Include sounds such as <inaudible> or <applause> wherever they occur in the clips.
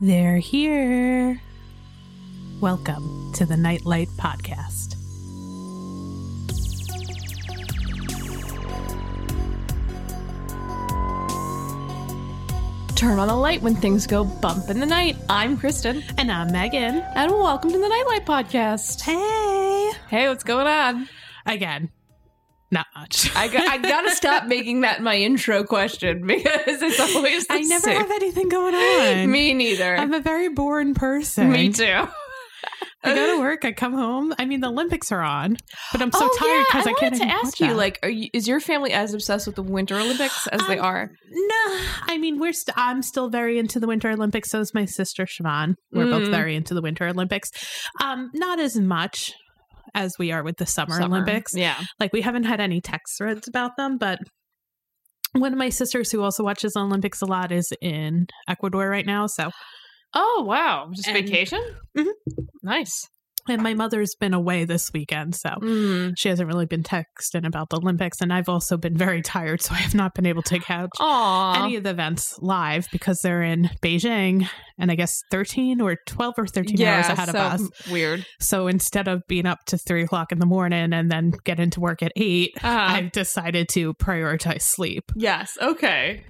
They're here. Welcome to the Nightlight Podcast. Turn on a light when things go bump in the night. I'm Kristen, And I'm Megan. and welcome to the Nightlight Podcast. Hey. Hey, what's going on? Again, not much. <laughs> I, got, I gotta stop making that my intro question <laughs> because it's always the I never same. have anything <laughs> going on. Me neither. I'm a very boring person. Me too. I go to work, I come home. I mean, the Olympics are on, but I'm so Oh, tired yeah, because I, can't wanted even to watch ask you, them. like, are you, is your family as obsessed with the Winter Olympics as they Um, are? No, I mean we're. St- I'm still very into the Winter Olympics. So is my sister Siobhan. We're both Mm. very into the Winter Olympics. Um, not as much as we are with the Summer, Olympics. Yeah. Like we haven't had any text threads about them, but. One of my sisters who also watches the Olympics a lot is in Ecuador right now. So, Oh wow, just And- vacation. Mhm. Mm-hmm. Nice. and my mother's been away this weekend. So, Mm. she hasn't really been texting about the Olympics. And I've also been very tired. So, I have not been able to catch Aw. any of the events live because they're in Beijing and I guess 13 or 12 or 13 hours ahead so of us. Weird. So instead of being up to three o'clock in the morning and then get into work at 8 Uh, I've decided to prioritize sleep. yes. Okay.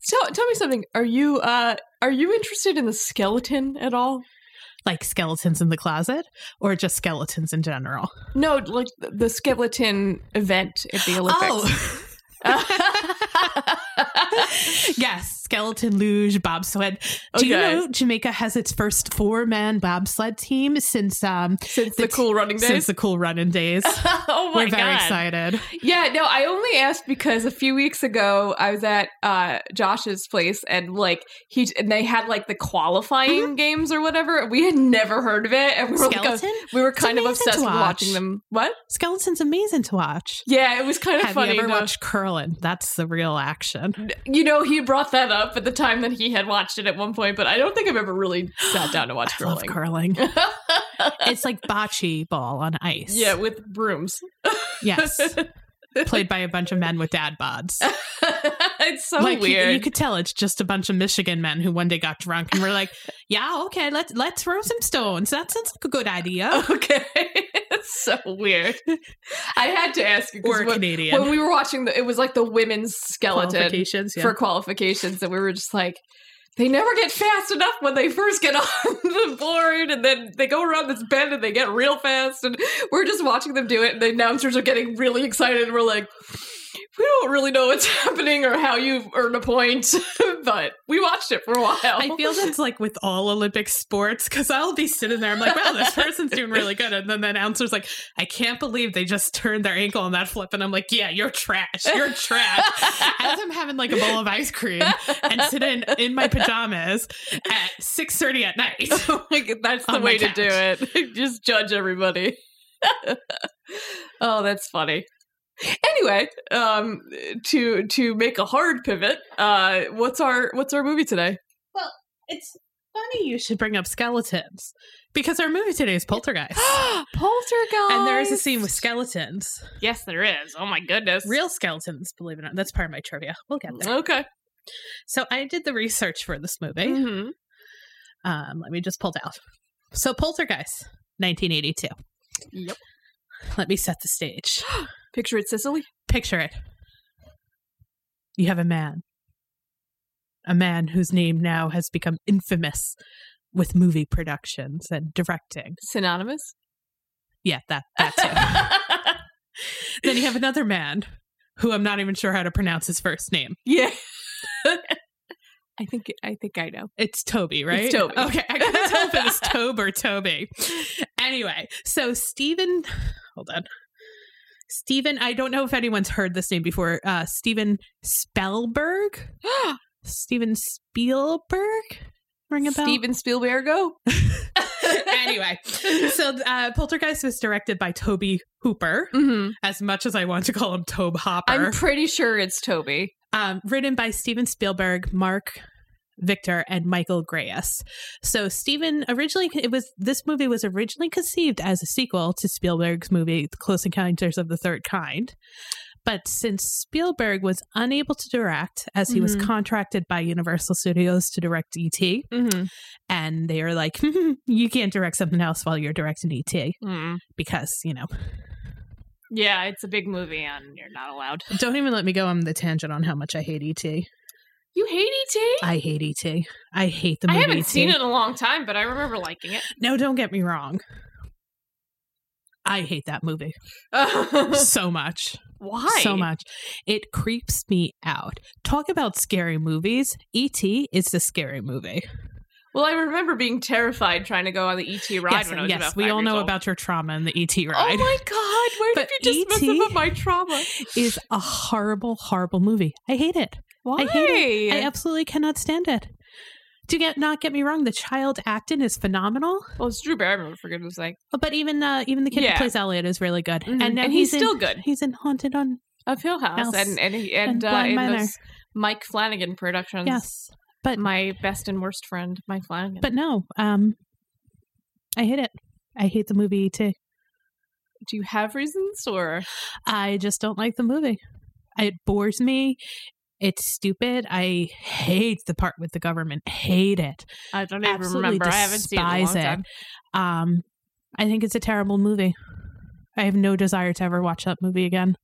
So tell me something. Are you uh are you interested in the skeleton at all? Like skeletons in the closet or just skeletons in general. No, like the- the skeleton event at the Olympics. <laughs> Oh, yes. Skeleton luge, bobsled. Do you Okay. know Jamaica has its first four man bobsled team since um <laughs> since The the, t- cool running <laughs> days. since the cool running days? <laughs> oh my We're very god. excited. Yeah, no, I only asked because a few weeks ago I was at uh, Josh's place and like he and they had like the qualifying games or whatever. We had never heard of it, and we were like, Mm-hmm. Skeleton? we were It's kind of amazing to obsessed with watch. watching them. What? Skeleton's amazing to watch. Yeah, it was kind of Have funny. you ever to- watched curling? That's the real action. you know, he brought that up at the time that he had watched it at one point, but I don't think I've ever really sat down to watch I love curling. curling. <laughs> it's like bocce ball on ice. yeah, with brooms. <laughs> Yes. Played by a bunch of men with dad <laughs> bods. it's so like you- weird. You, could tell it's just a bunch of Michigan men who one day got drunk and were <laughs> like, "Yeah, okay, let's let's throw some stones. That sounds like a good idea." <laughs> okay, it's so weird. I had to ask you 'cause Or a when- Canadian when we were watching the, it was like the women's skeleton qualifications. Yeah. for qualifications and we were just like they never get fast enough when they first get <laughs> on the board and then they go around this bend and they get real fast and we're just watching them do it and the announcers are getting really excited and we're like we don't really know what's <laughs> happening or how you earn a point <laughs> but we watched it for a while I feel that's like with all Olympic sports because I'll be sitting there. I'm like, wow, this person's doing really good. And then the announcer's like, I can't believe they just turned their ankle on that flip. And I'm like, yeah, you're trash. You're trash. As I'm having like a bowl of ice cream and sitting in my pajamas at 6.30 at night. <laughs> Like, that's the On my way to do couch. it. <laughs> Just judge everybody. <laughs> oh, that's funny. Anyway, um, to to make a hard pivot, uh, what's our what's our movie today? <gasps> It's funny you should bring up skeletons because our movie today is Poltergeist. <gasps> Poltergeist. And there is a scene with skeletons, yes, there is. Oh my goodness, real skeletons, believe it or not. That's part of my trivia. We'll get there. Okay. So I did the research for this movie. Mhm. Um, let me just pull down. So Poltergeist, 1982. Yep. Let me set the stage. Picture it, Sicily. Picture it. You have a man. A man whose name now has become infamous with movie productions and directing. Synonymous. Yeah, that that's it. then you have another man who I'm not even sure how to pronounce his first name. <laughs> yeah. <laughs> I think I think I <gasps> know. It's Toby, right? Toby. Okay, I <laughs> couldn't tell if it was Tobe or Toby. Anyway, so Stephen, hold on. Stephen, I don't know if anyone's heard this name before. Uh, Stephen Spellberg, Steven Spielberg, ring a bell. Steven Spielberg. <laughs> Go. Anyway, so uh, Poltergeist was directed by Toby Hooper. Mhm. As much as I want to call him Tobe Hopper, I'm pretty sure it's Toby. um, written by Steven Spielberg, Mark Victor, and Michael Grayus. So Steven originally it was this movie was originally conceived as a sequel to Spielberg's movie Close Encounters of the Third Kind. But since Spielberg was unable to direct, as he was Mhm. contracted by Universal Studios to direct E.T., Mm-hmm. and they were like, <laughs> you can't direct something else while you're directing E.T. because, you know, mm-hmm. Yeah, it's a big movie, and you're not allowed. don't even let me go on the tangent on how much I hate E E.T. You hate E.T.? I hate E.T. I hate the I movie. E haven't E.T.. seen it in a long time, but I remember liking it. <laughs> No, don't get me wrong. I hate that <laughs> movie so much. Why? So much. It creeps me out. Talk about scary movies. E.T. is the scary movie. Well, I remember being terrified trying to go on the ET ride yes, when I was yes, about we five all years know old. about your trauma and the E.T. Oh ride <laughs> my god! Where But E did you dismiss E.T. some of my trauma? is a horrible, horrible movie. I hate it. Why? hate I absolutely cannot stand it. Do get not get me wrong, the child acting is phenomenal, well, it's Drew Barrymore for goodness' sake, but even uh, even the kid Yeah. who plays Elliot is really good, Mhm. Mm-hmm, and now And he's in- still good. He's in Haunted on of Hill House, House and and he- and and, uh, Blind in Manor. those Mike Flanagan productions. yes, but my best and worst friend, Mike Flanagan. but no, um, I hate it. I hate the movie too. do you have reasons or? I just don't like the movie. It bores me. It's stupid. I hate the part with the government. Hate it. I don't even Absolutely remember. I haven't seen it in a long despise time. it. Um, I think it's a terrible movie. I have no desire to ever watch that movie again.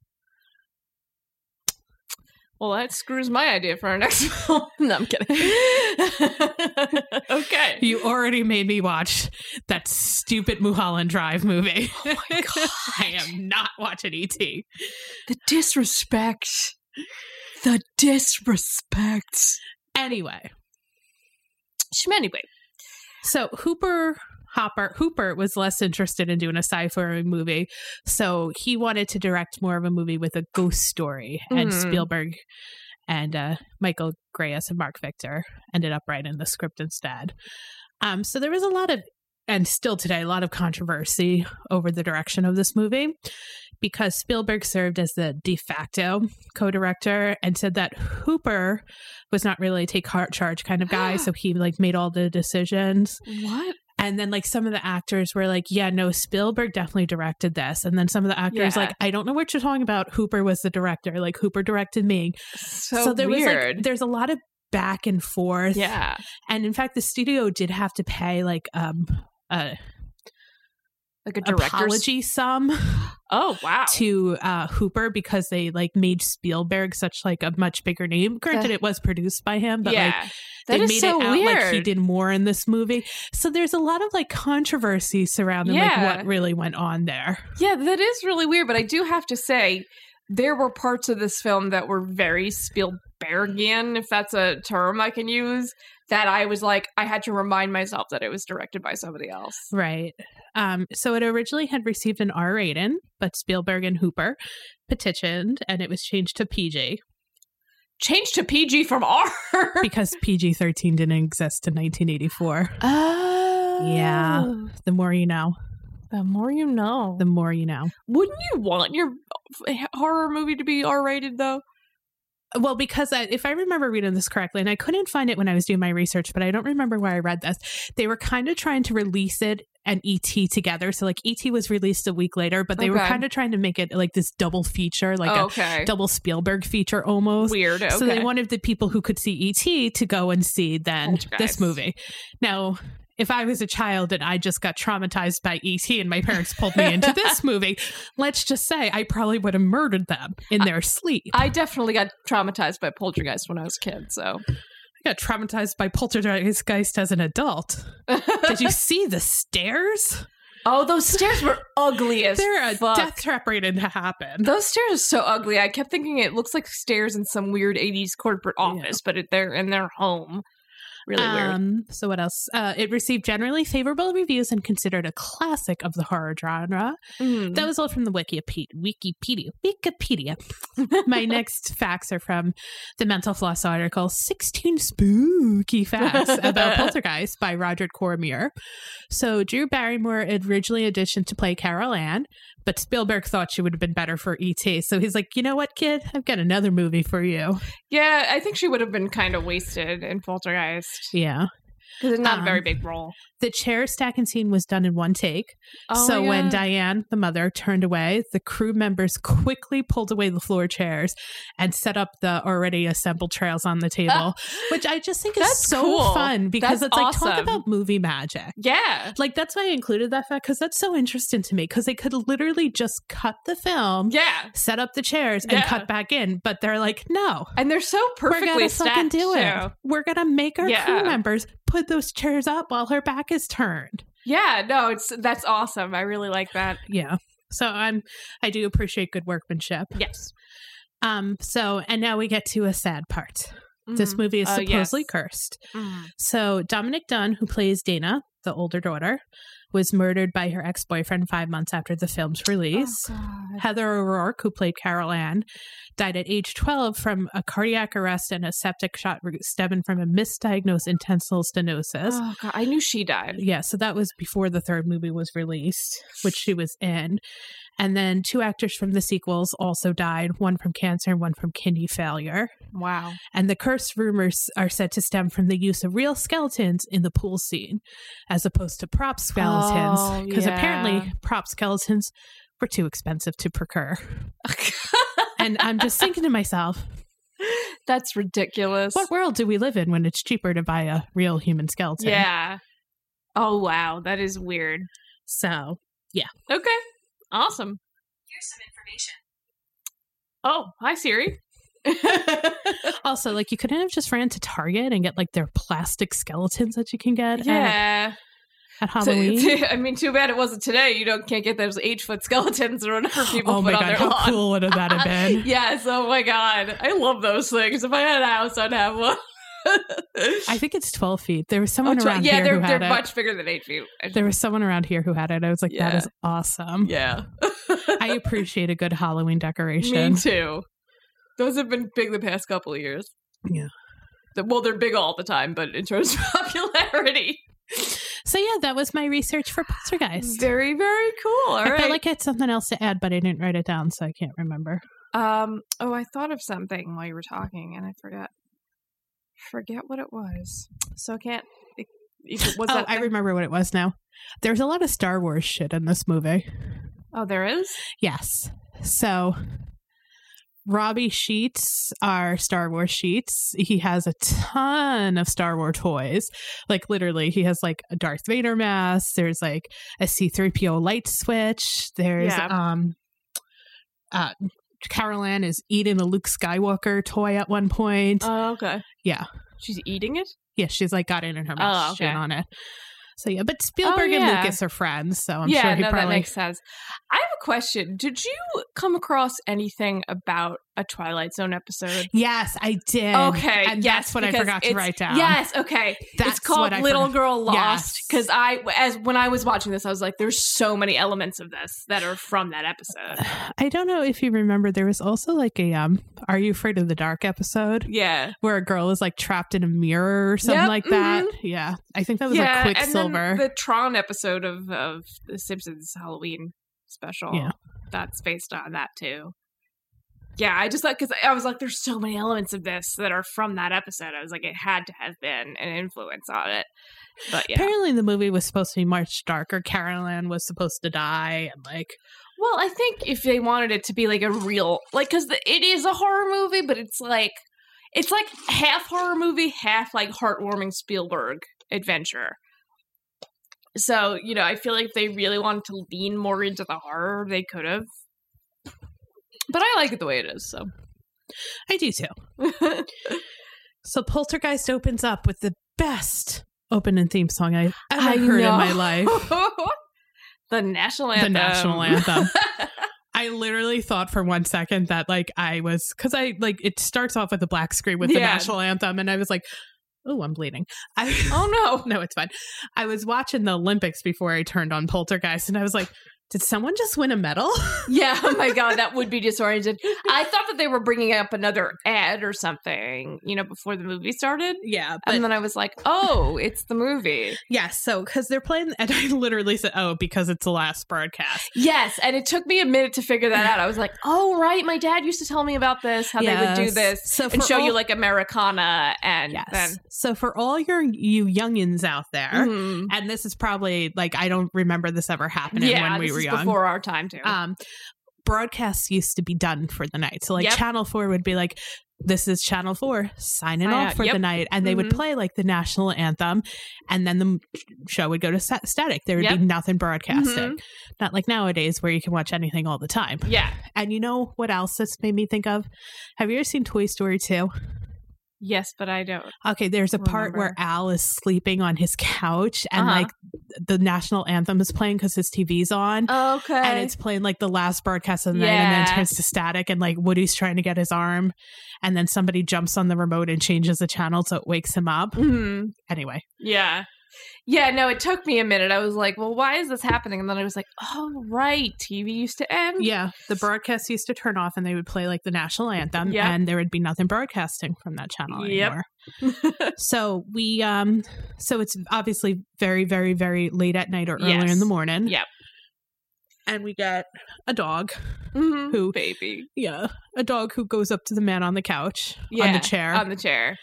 Well, that screws my idea for our next <laughs> <laughs> film. no, I'm kidding. okay. <laughs> You already made me watch that stupid Mulholland Drive movie. Oh my god! <laughs> I am not watching E ET. The disrespect. The disrespect. Anyway, Anyway, so Hooper Hopper Hooper was less interested in doing a sci-fi movie, so he wanted to direct more of a movie with a ghost story. And Mhm. Spielberg and uh, Michael Grayus and Mark Victor ended up writing the script instead. Um, so there was a lot of, and still today, a lot of controversy over the direction of this movie because Spielberg served as the de facto co director and said that Hooper was not really a take heart charge kind of guy. so he like made all the decisions. What? And then like some of the actors were like, yeah, no, Spielberg definitely directed this. And then some of the actors Yeah. like, I don't know what you're talking about. Hooper was the director. Like Hooper directed me. So, there was weird. like there's a lot of back and forth. yeah. And in fact the studio did have to pay like um a Like a director's apology sum Oh, wow. to uh, Hooper because they like made Spielberg such like a much bigger name. Granted, it was produced by him, but like yeah. they that is made so it out weird. like he did more in this movie. So there's a lot of like controversy surrounding like Yeah. what really went on there. Yeah, that is really weird, but I do have to say there were parts of this film that were very Spielbergian, if that's a term I can use, that I was like, I had to remind myself that it was directed by somebody else. Right. Um, so it originally had received an R rating, but Spielberg and Hooper petitioned and it was changed to PG Change to PG from R. <laughs> because PG 13 didn't exist in 1984. oh. Yeah. The more you know, The more you know. the more you know. Wouldn't you want your f- horror movie to be R rated though? Well, because I, if I remember reading this correctly, and I couldn't find it when I was doing my research, but I don't remember where I read this, they were kind of trying to release it and ET together. So, like, ET was released a week later, but they were Okay. kind of trying to make it like this double feature, Oh like okay. a double Spielberg feature almost. Weird. Okay. So, they wanted the people who could see ET to go and see then Poltergeist. this movie. Now, if I was a child and I just got traumatized by ET and my parents pulled me into <laughs> this movie, let's just say I probably would have murdered them in their sleep. I definitely got traumatized by Poltergeist when I was a kid. So I got traumatized by poltergeist as an adult. Did <laughs> you see the stairs? oh, those stairs were ugly as They're a fuck. death trap waiting to happen. Those stairs are so ugly. I kept thinking it looks like stairs in some weird '80s corporate office, but it, they're in their home. Really weird. Um, so what else? Uh, it received generally favorable reviews and considered a classic of the horror genre. Mm. That was all from the Wikipedia. Wikipedia. Wikipedia. My next facts are from the Mental Floss article, 16 Spooky Facts About Poltergeist by Roger Cormier. So Drew Barrymore had originally auditioned to play Carol Ann, but Spielberg thought she would have been better for E.T. So he's like, you know what, kid? I've got another movie for you. yeah, I think she would have been kind of wasted in Poltergeist. Yeah. 'Cause it's not a Um, very big role. The chair stacking scene was done in one take. so Oh my when God. Diane, the mother, turned away, the crew members quickly pulled away the floor chairs and set up the already assembled trails on the table, <laughs> which I just think is That's so cool. fun because That's it's like talk awesome. about movie magic. yeah, Like that's why I included that fact because that's so interesting to me because they could literally just cut the film, yeah, set up the chairs, and Yeah. cut back in, but they're like, no, and they're so perfectly we're gonna stacked. fucking do it. so- We're gonna make our Yeah. crew members put those chairs up while her back is turned. Yeah, no, it's that's awesome. I really like that. Yeah. So I'm I do appreciate good workmanship. Yes, Um so and now we get to a sad part. This movie is Oh, yes. supposedly cursed. Mm. So Dominic Dunn, who plays Dana, the older daughter, was murdered by her ex-boyfriend 5 months after the film's release. Oh, God. Heather O'Rourke, who played Carol Ann, died at age 12 from a cardiac arrest and a septic shot re- stemming from a misdiagnosed intestinal stenosis. Oh, God. I knew she died. Yeah, so that was before the third movie was released, which she was in. And then two actors from the sequels also died, one from cancer and one from kidney failure. Wow. And the curse rumors are said to stem from the use of real skeletons in the pool scene as opposed to prop Oh, skeletons. Because yeah. apparently, prop skeletons were too expensive to <laughs> procure. And I'm just thinking to myself, that's ridiculous. what world do we live in when it's cheaper to buy a real human skeleton? Yeah. Oh wow, that is weird. So, Okay. Awesome. Here's some information. Oh, hi <laughs> Siri. also, like, you couldn't have just ran to Target and get like their plastic skeletons that you can get at- yeah. at, So- Halloween. I mean, too bad it wasn't today. You don't can't get those eight foot skeletons <gasps> or whatever people oh put my on god, their how lawn. cool would have that have been? <laughs> Yes. Oh my god, I love those things. If I had a house, I'd have one. <laughs> I think it's twelve feet. There was someone Oh, tw- around yeah, here they're who they're had it. much bigger than eight feet. I- there was someone around here who had it. I was like, that Yeah. is awesome. yeah. <laughs> I appreciate a good Halloween decoration. Me too. Those have been big the past couple of years. Yeah. The- Well, they're big all the time, but in terms of <laughs> popularity, So yeah, that was my research for Poltergeist. very, very cool. All I right. felt like I had something else to add, but I didn't write it down, so I can't remember. um. Oh, I thought of something while you were talking, and I forgot. Forget what it was. So I can't. It, it- was oh, that I thing- remember what it was now. There's a lot of Star Wars shit in this movie. Oh, there is. Yes. So Robbie Sheets are Star Wars sheets. He has a ton of Star Wars toys. Like literally, he has like a Darth Vader mask. There's like a C3PO light switch. There's Yeah. um uh Carol Ann is eating a Luke Skywalker toy at one point. Oh, okay. Yeah. She's eating it. yeah, she's like got it in her mouth Oh, shit okay. Oh, on it. So yeah, but Spielberg and yeah. Lucas are friends, so I'm yeah, sure he no, that probably makes sense. I have a question. Did you come across anything about a Twilight Zone episode? Yes, I did. Okay, and yes, that's what I because forgot to it's- write down. Yes, okay. That's it's called what I Little forgot- Girl Lost Yes. because I, as when I was watching this, I was like, "There's so many elements of this that are from that episode." <sighs> I don't know if you remember there was also like a um Are You Afraid of the Dark episode Yeah, where a girl is like trapped in a mirror or something Yep, mm-hmm. like that. Yeah. I think that was yeah, a and Quicksilver. then the Tron episode of of the Simpsons Halloween special. Yeah. that's based on that too. Yeah, I just like because I was like, "There's so many elements of this that are from that episode." I was like, "It had to have been an influence on it." But yeah, Apparently the movie was supposed to be much darker. Caroline was supposed to die and like Well, I think if they wanted it to be like a real, like, because it is a horror movie, but it's like, it's like half horror movie, half like heartwarming Spielberg adventure. So, you know, I feel like if they really wanted to lean more into the horror, they could have. But I like it the way it is, so. <laughs> I do too. So Poltergeist opens up with the best opening theme song I've ever I heard know. in my life. <laughs> the national The anthem. <laughs> national anthem. I literally thought for one second that like I was because I like it starts off with a black screen with the Yeah. national anthem, and I was like, "Oh, I'm bleeding." I <laughs> oh, no. no, it's fine. I was watching the Olympics before I turned on Poltergeist, and I was like, did someone just win a medal? <laughs> Yeah, oh my God, that would be disoriented. I thought that they were bringing up another ad or something, you know, before the movie started. yeah, but And then I was like, oh, it's the movie. yeah, so because they're playing, and I literally said, "Oh, because it's the last broadcast." <laughs> Yes. And it took me a minute to figure that out. I was like, oh, right. My dad used to tell me about this, how they would do Yes. this so and for show you all- like Americana and yes. then. So for all your you youngins out there, Mhm. and this is probably like I don't remember this ever happening yeah, when we this were is young. before our time too. um broadcasts used to be done for the night so like Yep. channel 4 would be like this is channel 4 signing Sign off out. for Yep. the night and they would Mhm. play like the national anthem and then the m- show would go to sta- static there would Yep. be nothing broadcasting Mhm. not like nowadays where you can watch anything all the time yeah. and you know what else this made me think of have you ever seen toy story 2 Yes, but I don't. okay there's a part where Remember. al is sleeping on his couch and Uh-huh. like the national anthem is playing because his tv's on Okay. and it's playing like the last broadcast of the night and Yeah. then turns to static and like Woody's trying to get his arm and then somebody jumps on the remote and changes the channel so it wakes him up. Mhm. Anyway. Yeah. Yeah, no, it took me a minute. I was like, well, why is this happening? And then I was like, oh, right. TV used to end. Yeah. The broadcast used to turn off and they would play like the national anthem Yep. and there would be nothing broadcasting from that channel Yep. <laughs> anymore. so we um so it's obviously very, very, very late at night or earlier Yes. in the morning. Yep. And we get a dog Mhm. who Baby. yeah. A dog who goes up to the man on the couch on Yeah, um the chair On the chair.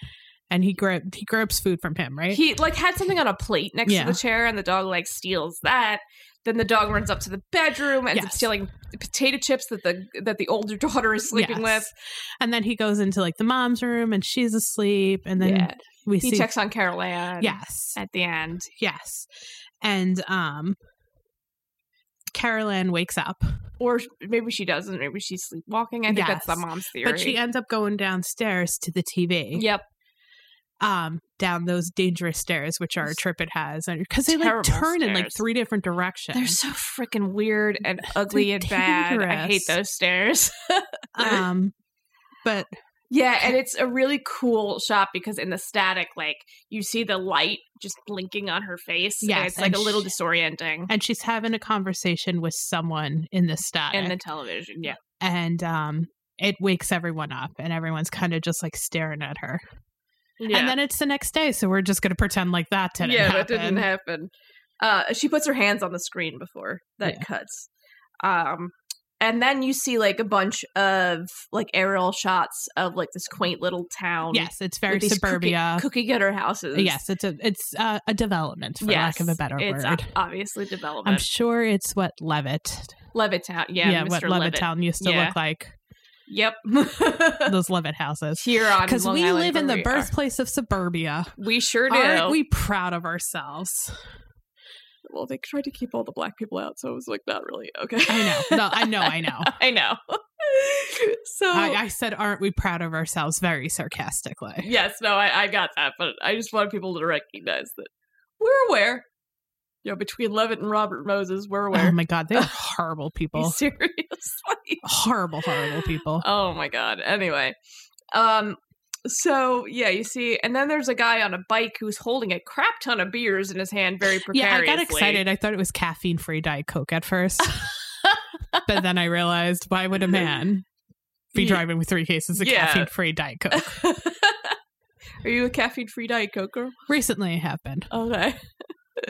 and he grab he grabs food from him, right? He like had something on a plate next Yeah. to the chair and the dog like steals that. Then the dog runs up to the bedroom and ends up Yes. stealing the potato chips that the that the older <laughs> daughter is sleeping Yes. with. And then he goes into like the mom's room and she's asleep. And then yeah. we He see checks on Carol Ann Yes. at the end. Yes. And um Carolyn wakes up. Or maybe she doesn't. Maybe she's sleepwalking. I think that's the Yes. mom's theory. But she ends up going downstairs to the TV. Yep. Um, down those dangerous stairs, which our Those trip it has, and because they like terrible turn in like stairs. three different directions. They're so freaking weird <laughs> and ugly and bad. I hate dangerous. those stairs. <laughs> um, but yeah, and it's a really cool shot because in the static, like you see the light just blinking on her face. and Yes, it's like and a little sh- disorienting. and she's having a conversation with someone in the static, And the television, yeah, and um, it wakes everyone up, and everyone's kind of just like staring at her. yeah, And then it's the next day, so we're just going to pretend like that didn't yeah, happen. that didn't happen. Uh, she puts her hands on the screen before that Yeah. cuts. Um, and then you see like a bunch of like aerial shots of like this quaint little town. Yes, it's with very these suburbia. cookie, cookie cutter houses. yes, it's a it's uh, a development for lack of a better it's word. o- obviously I'm development. sure it's what Levitt, Levittown. Yeah, Mr. what Levitt. Levittown used to Yeah. look <laughs> like <laughs> Yep. those Levitt houses. Here on Because Long we Island live in where the we are. birthplace of suburbia. We sure do. Aren't we proud of ourselves? well, they tried to keep all the black people out, so it was like not really okay. I know. No, I know. I <laughs> know. I know. so I, I said, "Aren't we proud of ourselves?" Very sarcastically. yes, no, I, I got that, but I just wanted people to recognize that we're aware. You know, between Levitt and Robert Moses, <laughs> we're Oh aware. my god, they <laughs> are horrible people. Seriously. <laughs> Horrible, horrible people. Oh my god. Anyway. Um so yeah, you see, and then there's a guy on a bike who's holding a crap ton of beers in his hand very Yeah, I precariously. got excited. I thought it was caffeine free Diet Coke at <laughs> first. but then I realized why would a man be Ye- driving with three cases of Yeah. caffeine free <laughs> Diet Coke? Are you a caffeine free diet coke girl? Recently I have been. Okay.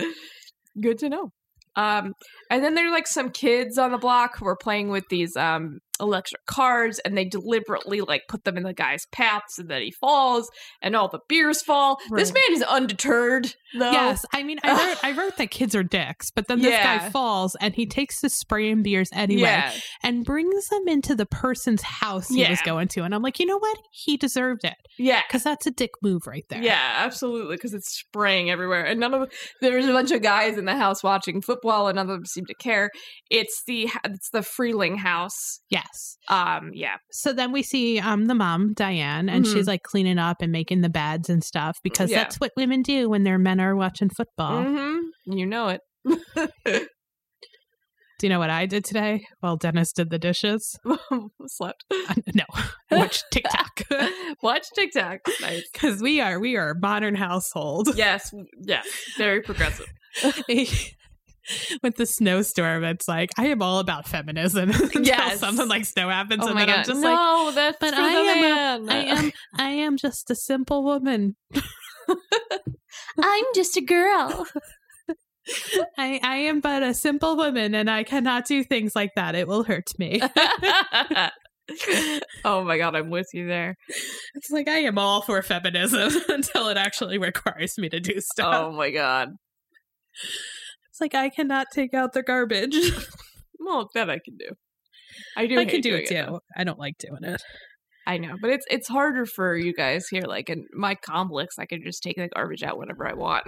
<laughs> Good to know. Um and then there're like some kids on the block who are playing with these um electric cars and they deliberately like put them in the guy's path so that he falls and all the beers fall. This Right. man is undeterred though. Yes. I mean I wrote I wrote that kids are dicks, but then this Yeah. guy falls and he takes the spray and beers anyway Yeah. and brings them into the person's house he was Yeah. going to. And I'm like, you know what? He deserved it. Yeah. Because that's a dick move right <laughs> there. Yeah, absolutely, because it's spraying everywhere, and none of there's a bunch of guys in the house watching football, and none of them seem to care. It's the it's the Freeling house. Yes. Um, yeah, so then we see um the mom diane and Mhm. she's like cleaning up and making the beds and stuff because Yeah. that's what women do when their men are watching football mm-hmm. you know it. <laughs> do you know what i did today well dennis did the dishes <laughs> Slept. Uh, no <laughs> I <laughs> watched tiktok Watch TikTok. Nice. because we are we are a modern household <laughs> Yes, yes, very progressive. with the snowstorm. It's like I am all about feminism <laughs> until Yes. something like snow happens, oh and my then god! I'm just like, no, that's but for I the am man. I am I am just a simple woman. I'm just a girl. I, I am but a simple woman, and I cannot do things like that. It will hurt me. <laughs> oh my god, I'm with <laughs> you there. it's like I am all for feminism <laughs> until it actually requires me to do stuff. Oh my god. It's like I cannot take out the garbage. <laughs> Well, that I can do. I do. I can hate do doing it too. though. I don't like doing it. I know, but it's it's harder for you guys here. Like in my complex, I can just take the garbage out whenever I want.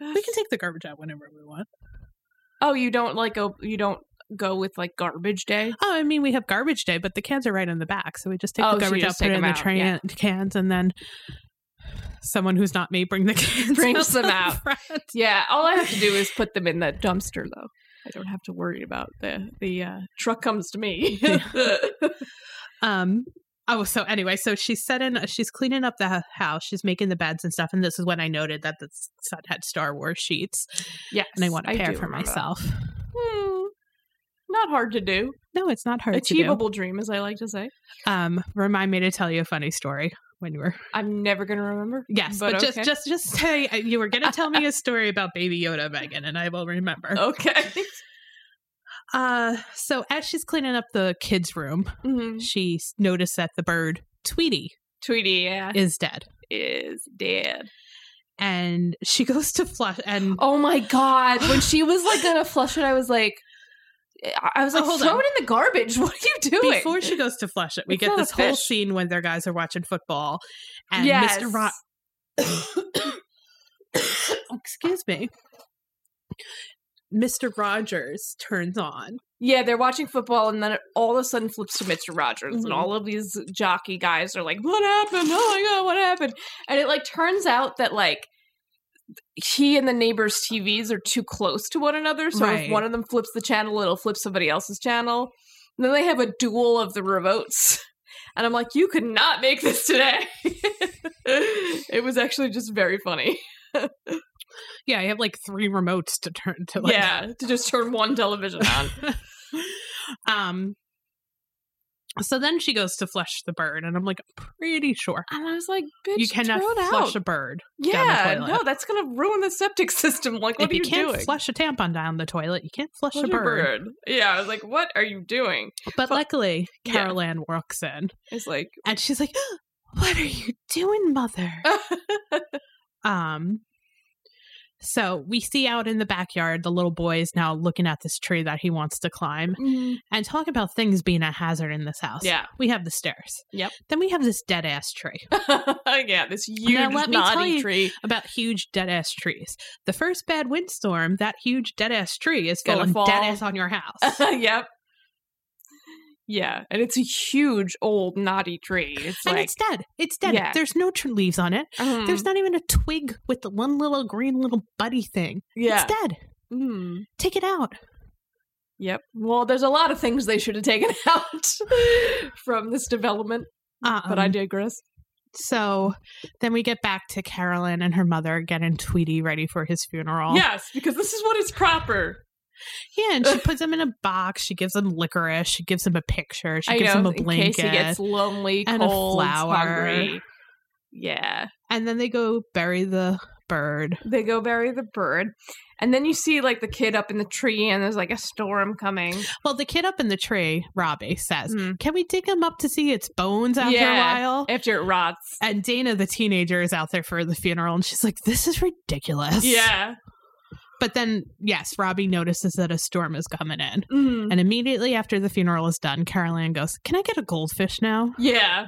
We can take the garbage out whenever we want. <laughs> oh, you don't like go. You don't go with like garbage day. Oh, I mean, we have garbage day, but the cans are right in the back, so we just take Oh, so the you garbage out, just put take it in the them out, tran- yeah. cans, and then someone who's not me bring the cans <laughs> Brings them the out. front. Yeah, all I have to do is put them in the dumpster, though. I don't have to worry about the the uh, truck comes to me. <laughs> Um. Oh, so anyway, so she's setting, she's cleaning up the h- house, she's making the beds and stuff, and this is when I noted that the son had Star Wars sheets, yes, and I want a pair do for remember that. myself. Hmm, not hard to do. No, it's not hard Achievable dream, as I like to say. to do. Um, remind me to tell you a funny story when you were <laughs> I'm never gonna remember. yes, but, But just okay. just just say you were gonna tell me a story about Baby Yoda, Megan, and I will remember. Okay. <laughs> Uh, so as she's cleaning up the kids' room, Mhm. she s- noticed that the bird Tweety Tweety, yeah, is dead, is dead. and <laughs> she goes to flush. And Oh my god! When she was like gonna flush it, I was like, I- I was like, Oh, hold throw on. it in the garbage. <laughs> What are you doing? before she goes to flush it, we It's get not a this whole fish. scene when their guys are watching football, and Yes. Mr. Ro- Oh, excuse me, Mr. Rogers turns on. Yeah, they're watching football, and then it all of a sudden flips to Mr. Rogers, Mhm. and all of these jockey guys are like, "What happened? Oh my god, what happened?" And it like turns out that like he and the neighbors' TVs are too close to one another, so Right. if one of them flips the channel, it'll flip somebody else's channel. And then they have a duel of the remotes, <laughs> and I'm like, "You could not make this today." <laughs> it was actually just very funny. <laughs> Yeah, I have like three remotes to turn to. Like, yeah, to just turn one television on. um. So then she goes to flush the bird, and I'm like, pretty sure <laughs> And I was like, "Bitch, you cannot throw it out. flush a bird. down the Yeah, toilet. no, that's gonna ruin the septic <laughs> system. Like, what if are you, you, can't doing? flush a tampon down the toilet, you can't flush, Flush a, bird. Yeah, I was like, what are you doing? But Fu- luckily, Yeah. Carol Ann walks in It's like, and she's like, <gasps> "What are you doing, <laughs> mother?" um. So we see out in the backyard the little boy is now looking at this tree that he wants to climb and talk about things being a hazard in this house. <laughs> yeah, <laughs> We have the stairs. Yep. Then we have this dead ass tree. <laughs> yeah, this huge let me tell knotty you, tree <laughs> about huge dead ass trees. The first bad windstorm, that huge dead ass tree is Gonna falling fall. dead ass on your <laughs> house. yep. Yeah, and it's a huge old knotty tree. It's and like, it's dead. It's dead. Yeah. There's no tr- leaves on it. mm, There's not even a twig with the one little green little buddy thing. yeah, It's dead. mm, Take it out. yep. Well, there's a lot of things they should have taken <laughs> out from this development, Um, but I digress. So then we get back to Carolyn and her mother getting Tweety ready for his funeral. Yes, because this is what is proper. Yeah, <laughs> and she puts him in a box. She gives him licorice. She gives him a picture. She gives him a In case blanket. he gets lonely, and a cold, flower. hungry. Yeah, and then they go bury the bird. they go bury the bird, and then you see like the kid up in the tree, and there's like a storm coming. Well, the kid up in the tree, Robbie, says, Mm. Can we dig him up to see its bones after Yeah. a while? After it rots, And Dana, the teenager, is out there for the funeral, and she's like, "This is ridiculous." yeah, But then, yes, Robbie notices that a storm is coming in, Mm. and immediately after the funeral is done, Carol Ann goes, "Can I get a goldfish now?" yeah,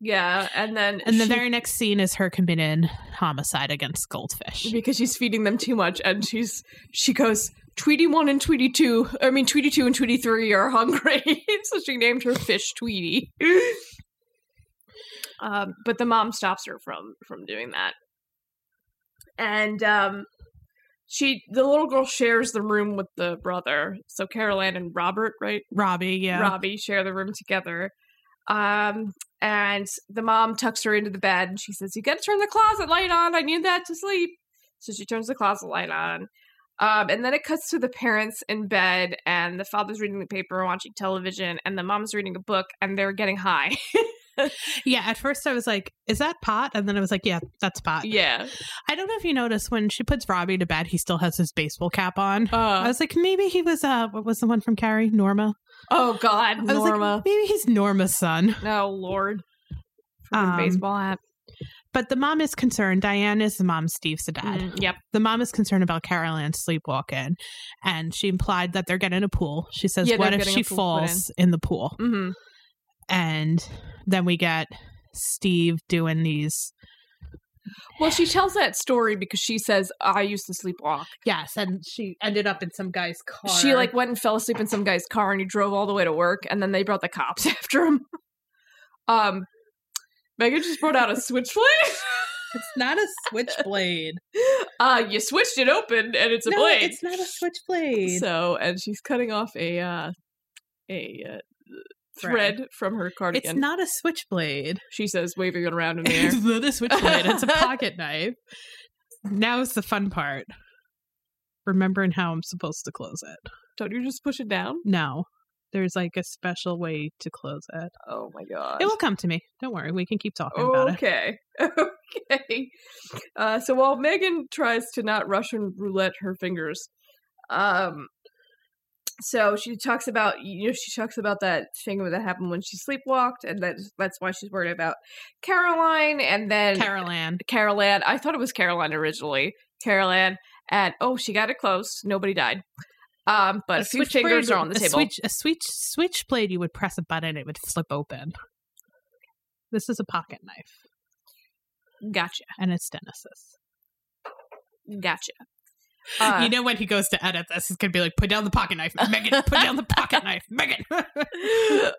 yeah, and then And the she- very next scene is her committing homicide against goldfish. because she's feeding them too much, and she's she goes. Tweety one and Tweety two, I mean Tweety two and Tweety three are hungry, <laughs> so she named her fish Tweety. um, but the mom stops her from from doing that, and um, she the little girl shares the room with the brother. So Carol Ann and Robert, right? Robbie, yeah, Robbie share the room together. Um, and the mom tucks her into the bed and she says, You gotta turn the closet light on. I need that to sleep. So she turns the closet light on. Um, and then it cuts to the parents in bed, and the father's reading the paper and watching television, and the mom's reading a book, and they're getting <laughs> high. <laughs> Yeah, at first I was like, is that pot? And then I was like, yeah, that's pot. yeah. I don't know if you notice when she puts Robbie to bed, he still has his baseball cap on. I Uh, was like, maybe he was uh what was the one from Carrie? Norma. oh God, I was Norma. like, maybe he's Norma's son. no, Lord. Freaking Um, baseball hat. But the mom is concerned. Diane is the mom, Steve's the dad. Mm, yep. The mom is concerned about Carol Ann sleepwalking. And she implied that they're getting a pool. She says, Yeah, they're What if getting a she pool put in." falls in the pool? hmm And then we get Steve doing these Well, she tells that story because she says, "I used to sleepwalk." Yes, and she ended up in some guy's car. She like went and fell asleep in some guy's car, and he drove all the way to work, and then they brought the cops <laughs> after him. Um, Megan just brought out a switchblade. <laughs> it's not a switchblade. Uh, you switched it open, and it's a no, blade. it's not a switchblade. So, and she's cutting off a uh, a uh, Thread. thread from her it's cardigan. not a switchblade. she says, waving it around in the <laughs> air. It's not <laughs> a switchblade. It's a pocket knife. Now is the fun part. Remembering how I'm supposed to close it. Don't you just push it down? No. There's like a special way to close it. Oh my god! It will come to me. Don't worry. We can keep talking about it. Okay. <laughs> Okay. Uh, so while Megan tries to not Russian roulette her fingers, um, so she talks about you know she talks about that thing that happened when she sleepwalked, and that that's why she's worried about Caroline, and then Carol Ann. Carol Ann. I thought it was Caroline originally. Carol Ann, and oh, she got it close. Nobody died. Um, but a, few switchblade- fingers are on the a table. Switch, a switch switchblade, you would press a button, it would flip open. This is a pocket knife, Gotcha, and it's Dennis's. gotcha. Uh, you know when he goes to edit this, he's gonna be like, "Put down the pocket knife, Megan. Put down the pocket knife, Megan." <laughs>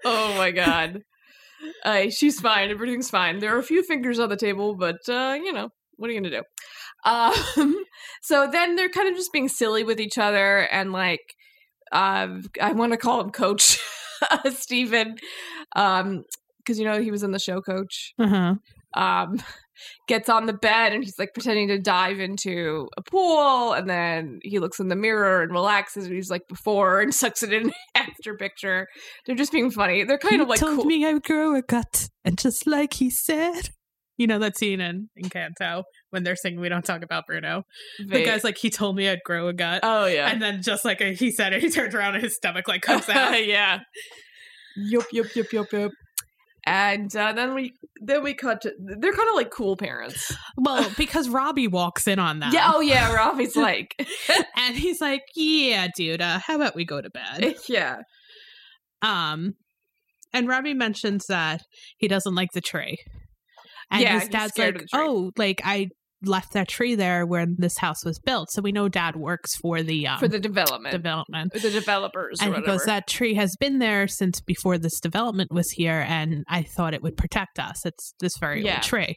oh my god. Uh, she's fine. Everything's fine. There are a few fingers on the table, but uh, you know what are you gonna do? Um, <laughs> so then they're kind of just being silly with each other, and like uh, I want to call him Coach <laughs> Stephen, because you know he was in the show Coach uh-huh. um, <laughs> gets on the bed and he's like pretending to dive into a pool. And then he looks in the mirror and relaxes. And he's like before and <laughs> sucks it in after picture. They're just being funny. They're kind of like cool. me I would grow a gut, and just like he said, you know that scene in in Canto when they're singing "We Don't Talk About Bruno." The They- guy's like, "He told me I'd grow a gut," oh, yeah. <laughs> and then just like he said it, he turns around and his stomach like comes out. <laughs> yeah. Yup, yup, yup, yup, yup. And uh, then we then we cut. To, they're kind of like cool parents. <laughs> <laughs> well, because Robbie walks in on that. Yeah. Oh yeah. Rafi's like. <laughs> <laughs> and he's like, "Yeah, dude, uh, how about we go to bed?" yeah. Um, and Robbie mentions that he doesn't like the tree, and Yeah, his he's dad's like, scared of the tree. "Oh, like I left that tree there when this house was built, so we know Dad works for the um, For the development. development." the developers. or And he whatever. goes, "That tree has been there since before this development was here, and I thought it would protect us. It's this very Yeah. old tree."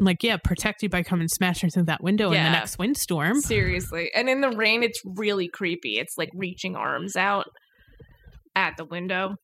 I'm like, "Yeah, protect you by coming smashing through that window in Yeah. the next windstorm." Seriously. And in the rain, it's really creepy. It's like reaching arms out at the window.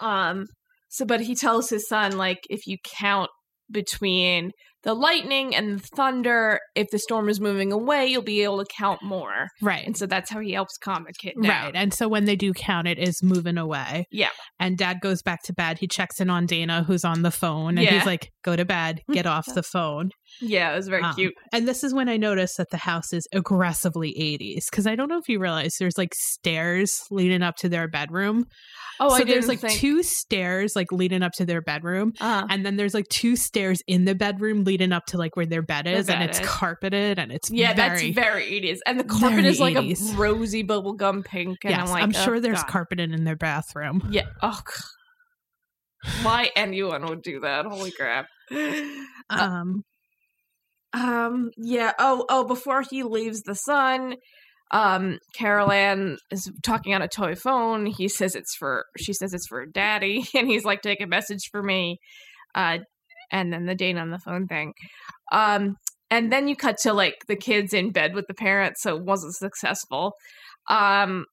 Um so but he tells his son like if you count between the lightning and the thunder, if the storm is moving away, you'll be able to count more. Right. And so that's how he helps calm the kid down. Right. And so when they do count, it is moving away. Yeah. And dad goes back to bed. He checks in on Dana, who's on the phone, and Yeah. he's like, go to bed, get <laughs> off the phone. Yeah, it was very Um, cute. And this is when I noticed that the house is aggressively 80s. Cause I don't know if you realize there's like stairs leading up to their bedroom. Oh, so I there's didn't like think- two stairs like leading up to their bedroom. Uh, And then there's like two stairs in the bedroom leading up to like where their bed Their is, and bed it's is. carpeted and it's yeah, very, that's very it is. And the carpet very is like 80s. a rosy bubblegum pink. And yes, I'm like, I'm oh, sure there's God. carpeted in their bathroom. Yeah. Oh, God. why anyone would do that? Holy crap. Uh, Um, Um. Yeah. Oh. Oh. Before he leaves the sun, um, Carol Ann is talking on a toy phone. He says it's for. She says it's for daddy, <laughs> and he's like, "Take a message for me." Uh, and then the Dane on the phone thing. Um, and then you cut to like the kids in bed with the parents, so it wasn't successful. Um,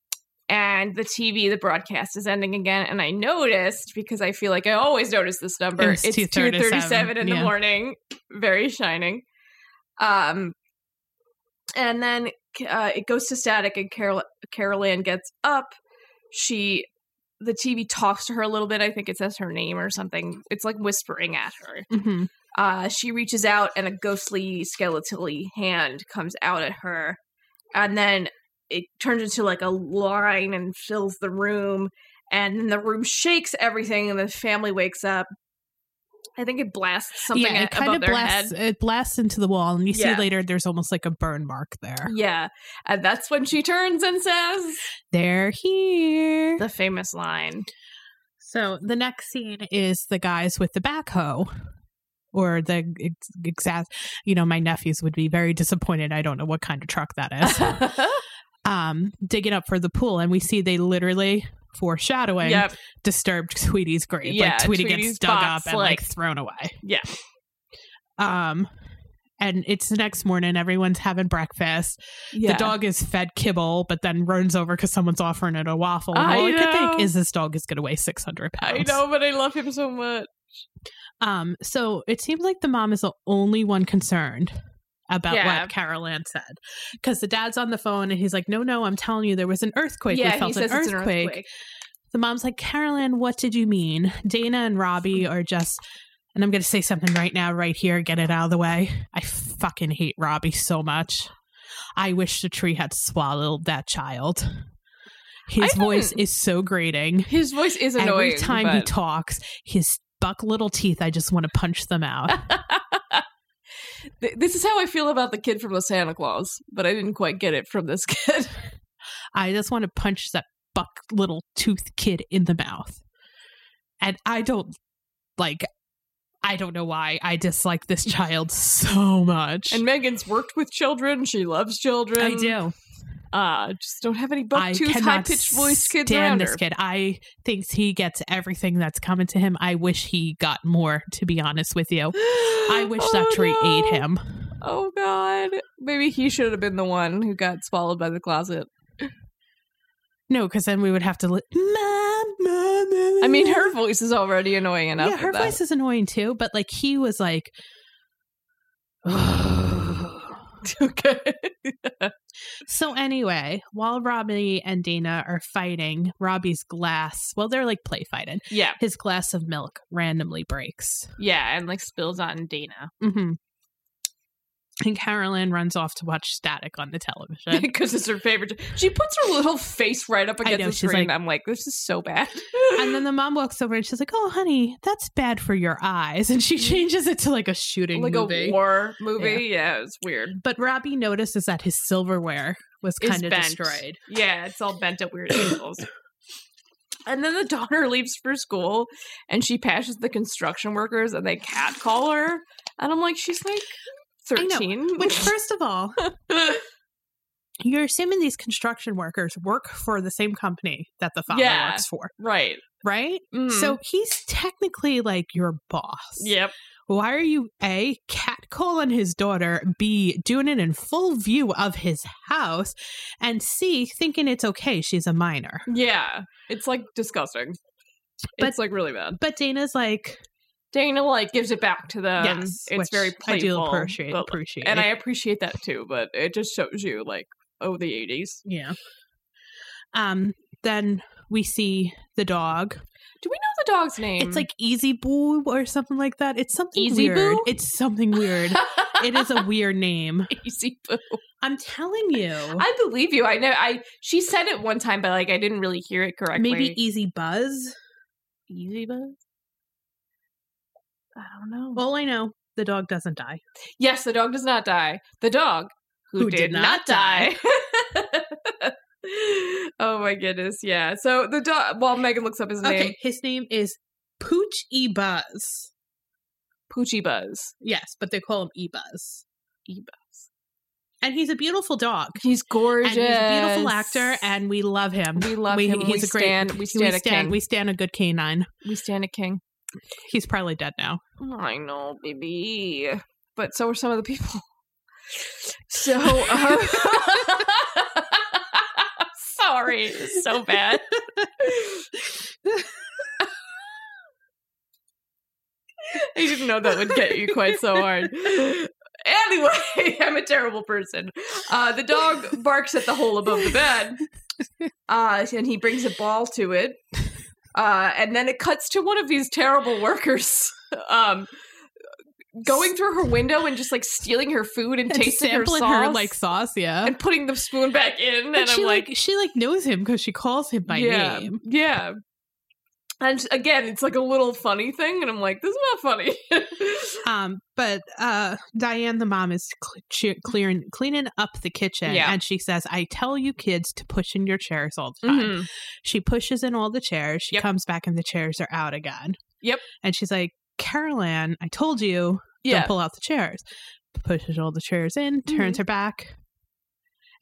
and the TV, the broadcast is ending again, and I noticed because I feel like I always notice this number. was it's two 2:37, thirty-seven in the yeah. morning, very shining. Um, and then uh, it goes to static, and Carol Carol Ann gets up. She, the TV talks to her a little bit. I think it says her name or something. It's like whispering at her. Mm-hmm. Uh, she reaches out, and a ghostly, skeletally hand comes out at her, and then it turns into like a line and fills the room. And then the room shakes everything, and the family wakes up. I think it blasts something yeah, it a- kind above of their blasts head. it blasts into the wall, and you Yeah. see later there's almost like a burn mark there. Yeah, and that's when she turns and says They're here. the famous line. So the next scene is the guys with the backhoe, or the ex- exact. You know, my nephews would be very disappointed. I don't know what kind of truck that is. <laughs> um, digging up for the pool, and we see they literally foreshadowing yep. disturbed <laughs> Tweety's grave. Yeah, like Tweety Tweety's gets dug box, up and like, like- thrown away. Yeah. Um, and it's the next morning. Everyone's having breakfast. Yeah. The dog is fed kibble, but then runs over because someone's offering it a waffle. And I all I could know. think is this dog is going to weigh six hundred I pounds. know, but I love him so much. Um, so it seems like the mom is the only one concerned about Yeah. what Carol Ann said. Because the dad's on the phone and he's like, No, no, I'm telling you, there was an earthquake. yeah, we felt he says an, earthquake. it's an earthquake. The mom's like, Carol Ann, what did you mean? Dana and Robbie are just and I'm gonna say something right now, right here, get it out of the way. I fucking hate Robbie so much. I wish the tree had swallowed that child. His I voice didn't- is so grating. His voice is annoying. Every time he but- talks, his buck little teeth, I just want to punch them out. Th- this is how I feel about the kid from the Santa Claus, but I didn't quite get it from this <laughs> kid. I just want to punch that buck little tooth kid in the mouth. And I don't like I don't know why I dislike <laughs> this child so much. and um, Megan's worked with children; she loves children. I do. Uh, just don't have any I buck-toothed, cannot high-pitched voiced kids stand around this her. <gasps> kid. I thinks he gets everything that's coming to him. I wish he got more. To be honest with you, <gasps> I wish that Oh, tree no. ate him. Oh God! Maybe he should have been the one who got swallowed by the closet. No, because then we would have to. Li- I I mean, <laughs> her voice is already annoying enough. Yeah, her with that. voice is annoying too, but like he was like <laughs> <sighs> okay. So anyway, while Robbie and Dana are fighting, Robbie's glass, well they're like play fighting. Yeah, His glass of milk randomly breaks. yeah, and like spills on Dana Mhm. And Carolyn runs off to watch static on the television. <laughs> because it's her favorite. She puts her little face right up against know, the she's screen. like- I'm like, this is so bad. And <laughs> then the mom walks over and she's like, "Oh, honey, that's bad for your eyes." And she changes it to like a shooting like movie. a war movie. Yeah, it's weird. but Robbie notices that his silverware was It's kind of bent. destroyed. Yeah, it's all bent at weird angles. <coughs> And then the daughter leaves for school, and she passes the construction workers, and they catcall her. And I'm like, she's like I know. <laughs> thirteen. Which, first of all, you're assuming these construction workers work for the same company that the father Yeah. works for, <laughs> right? right? Mm. So he's technically like your boss. yep. Why are you A, catcalling his daughter, B, doing it in full view of his house, and C, thinking it's okay, she's a minor? Yeah, it's like disgusting. But- it's like really bad. But Dana's like, Dana like gives it back to them. yes, it's which very playful. I do appreciate, but- appreciate and it. I appreciate that too. But it just shows you like, oh, the eighties. yeah. Um, then we see the dog Do we know the dog's name? <laughs> It's like Easy Boo or something like that. It's something Easy weird. Boo? It's something weird. it is <laughs> a weird name. Easy Boo. I'm telling you. <laughs> I believe you. I know. I she said it one time, but like I didn't really hear it correctly. Maybe Easy Buzz. E-, Easy Buzz. I don't know. All I know, the dog doesn't die. yes, the dog does not die. The dog who, did, not, die. <laughs> oh my goodness! Yeah. So the dog. Well, Megan looks up his name. Okay, his name is Pooch E Buzz. Poochie Buzz. Yes, but they call him E Buzz. E Buzz. And he's a beautiful dog. He's gorgeous. And he's a beautiful actor, and we love him. we love we- him. he's we a great- stand. we stand we a stand, king. we stand a good canine. we stand a king. He's probably dead now. I know, baby. But so are some of the people. So <laughs> uh, sorry, it's so bad. I didn't know that would get you quite so hard. Anyway, <laughs> I'm a terrible person. Uh, the dog barks at the hole above the bed, uh, and he brings a ball to it. Uh, and then it cuts to one of these terrible workers <laughs> um, going through her window and just like stealing her food and, And tasting her sampling sauce her, like sauce, yeah. and putting the spoon back in. But <laughs> and she I'm like, she like knows him because she calls him by yeah, name. Yeah. And again, it's like a little funny thing, and I'm like, this is not funny. <laughs> Um, but uh, Diane, the mom, is cl- che- clearing cleaning up the kitchen, Yeah. and she says, "I tell you kids to push in your chairs all the time." She pushes in all the chairs. She Mm-hmm. Yep. comes back, and the chairs are out again. Yep. And she's like, "Carol Ann, I told you, Yeah. Mm-hmm. don't pull out the chairs." Pushes all the chairs in, turns her back,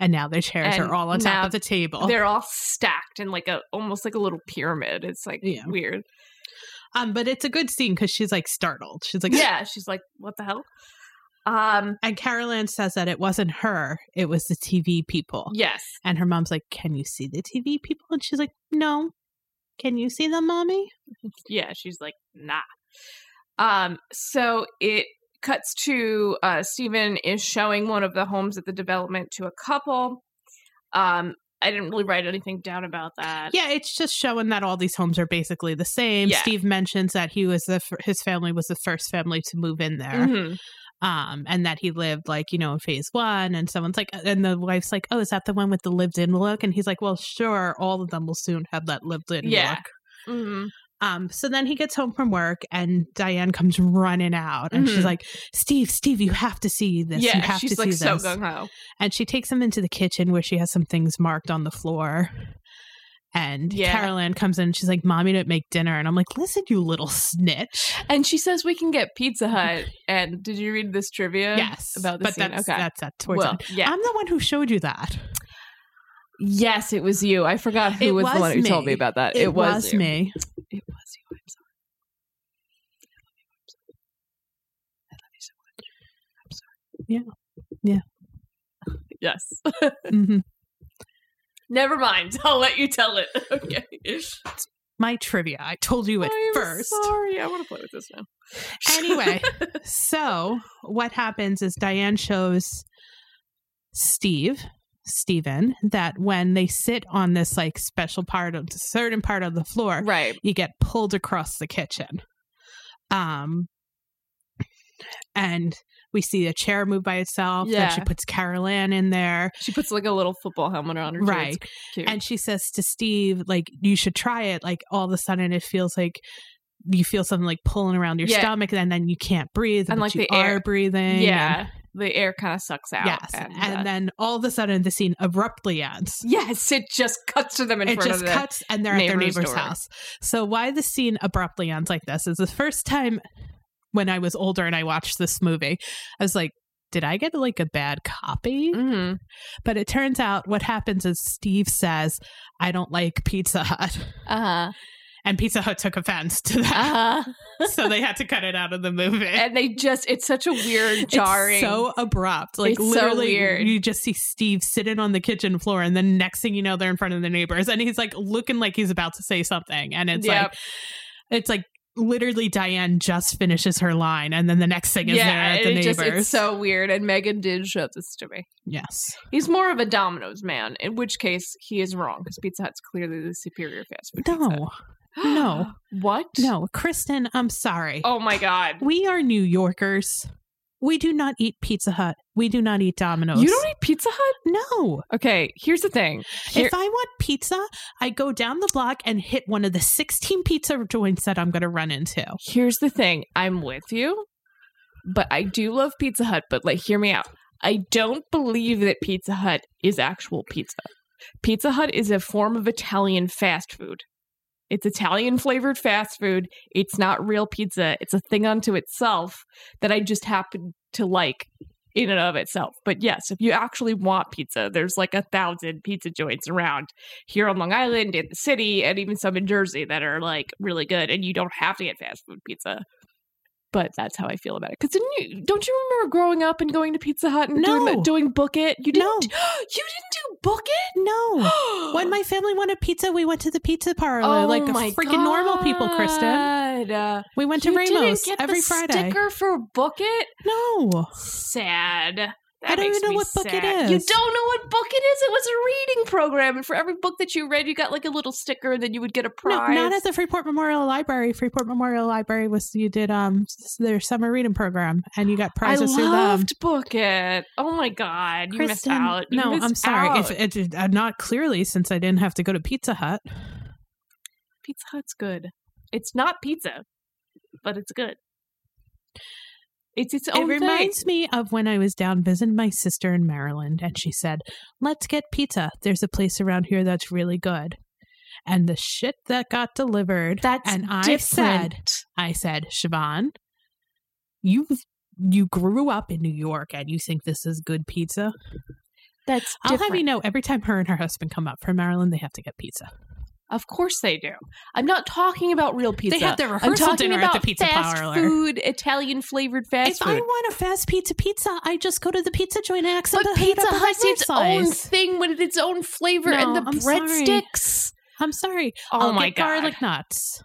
and now the chairs And are all on top now of the table. They're all stacked in like a almost like a little pyramid. It's like Yeah. weird. Um, but it's a good scene because she's like startled. She's like, Yeah. She's like, what the hell? Um And Carol Ann says that it wasn't her; it was the TV people. yes. And her mom's like, Can you see the TV people? And she's like, No. Can you see them, mommy? Yeah, she's like, nah. Um, so it cuts to uh Steven is showing one of the homes at the development to a couple. Um, I didn't really write anything down about that. Yeah, it's just showing that all these homes are basically the same. Yeah. Steve mentions that he was the f- his family was the first family to move in there, Mhm. um, and that he lived like you know in phase one. And someone's like, uh, and the wife's like, "Oh, is that the one with the lived-in look?" And he's like, "Well, sure, all of them will soon have that lived-in Yeah. look." Mhm. Um, so then he gets home from work and Diane comes running out and Mhm. she's like, Steve, Steve, you have to see this. you have she's to like see so this. gung ho. and she takes him into the kitchen where she has some things marked on the floor. And Yeah. Carol Ann comes in and she's like, Mommy didn't make dinner. And I'm like, Listen, you little snitch. And she says we can get Pizza <laughs> Hut. And did you read this trivia? yes. Uh, about the but scene. that's Okay. that's that towards the Well, end. Um, yeah. I'm the one who showed you that. yes, it was you. I forgot who It was, was the one who told me. me about that. It, was, you. me. It was you. I'm sorry. <laughs> Yes. Mhm. Never mind. I'll let you tell it. <laughs> Okay. My trivia. I told you it I'm first. Sorry, I want to play with <laughs> this now. <laughs> Anyway, so what happens is Diane shows Steve, Steven, that when they sit on this like special part of certain part of the floor, right. you get pulled across the kitchen. Um and we see a chair move by itself. Then she Yeah. puts Carol Ann in there. She puts like a little football helmet on her. Right. Too. It's cute. And she says to Steve, like, you should try it. Like, all of a sudden, it feels like you feel something like pulling around your Yeah. stomach, and then you can't breathe. And, but like, you the are air- uh, breathing. and- yeah. The air kind of sucks out. yes. And, uh, then all of a sudden, the scene abruptly ends. yes, it just cuts to them <laughs> in It front just of the cuts, and they're at their neighbor's neighbor's door. house. So, why the scene abruptly ends like this is the first time when I was older and I watched this movie, I was like, did I get like a bad copy? Mhm. But it turns out what happens is Steve says, I don't like Pizza Hut. Uh-huh. and Pizza Hut took offense to that, Uh-huh. <laughs> <laughs> so they had to cut it out of the movie. <laughs> and they just it's such a weird It's jarring so abrupt, like It's so literally, weird. you just see Steve sitting on the kitchen floor, and then next thing you know, they're in front of the neighbors, and he's like looking like he's about to say something, and it's Yep. like, it's like literally Diane just finishes her line, and then the next thing is there at the it neighbors. just it's so weird and megan did show this to me yes, he's more of a domino's man in which case he is wrong because pizza hut's clearly the superior fast food pizza. no, no. <gasps> what no, Kristen, I'm sorry. oh my god We are New Yorkers. We do not eat Pizza Hut. We do not eat Domino's. you don't eat pizza hut e- No. okay here's the thing Here- if I want pizza, I go down the block and hit one of the 16 pizza joints that I'm going to run into. here's the thing i'm with you but i do love pizza hut but like hear me out i don't believe that pizza hut is actual pizza pizza hut is a form of italian fast food it's italian flavored fast food it's not real pizza it's a thing unto itself that i just happen to like in and of itself but yes if you actually want pizza there's like a thousand pizza joints around here on Long Island, in the city, and even some in Jersey that are like really good, and you don't have to get fast food pizza. But that's how I feel about it. Because didn't you? Don't you remember growing up and going to Pizza Hut and doing, No. the, doing Book It? You didn't. No. <gasps> You didn't do Book <gasps> No. It. <gasps> when my family wanted pizza, we went to the pizza parlor like Oh my freaking normal people, Kristen. God. god. Uh, We went to you Ramos didn't get every the Friday. sticker for Book It? No. Sad. That I don't makes even know me what book it sad. You is. don't know what book it is? It was a reading program, and for every book that you read, you got like a little sticker, and then you would get a No, prize. not at the Freeport Memorial Library. Freeport Memorial Library was you did um s- their summer reading program and you got I prizes through them. loved Book It. Oh my god, you missed Kristen, out. You no, missed I'm sorry. If out. it, it, uh, not clearly since I didn't have to go to Pizza Hut. Pizza Hut's good. It's not pizza, but it's good. It's its own it reminds me of when I was down visiting my sister in Maryland and she said, "Let's get pizza. There's a place around here that's really good." And the shit that got delivered thing. That's and I different. said I said, Siobhan, you you grew up in New York and you think this is good pizza? that's I'll different. have you know, every time her and her husband come up from Maryland, they have to get pizza. Of course they do. I'm not talking about real pizza. They have their I'm rehearsal talking dinner at about the pizza fast parlor. food, Italian flavored If fast I food. want a fast pizza pizza, I just go to the pizza joint and ask them But to heat Pizza up a Hut's large its own size. thing with its own flavor and No, the I'm sorry. breadsticks. I'm sorry. Oh I'll my get god! garlic nuts.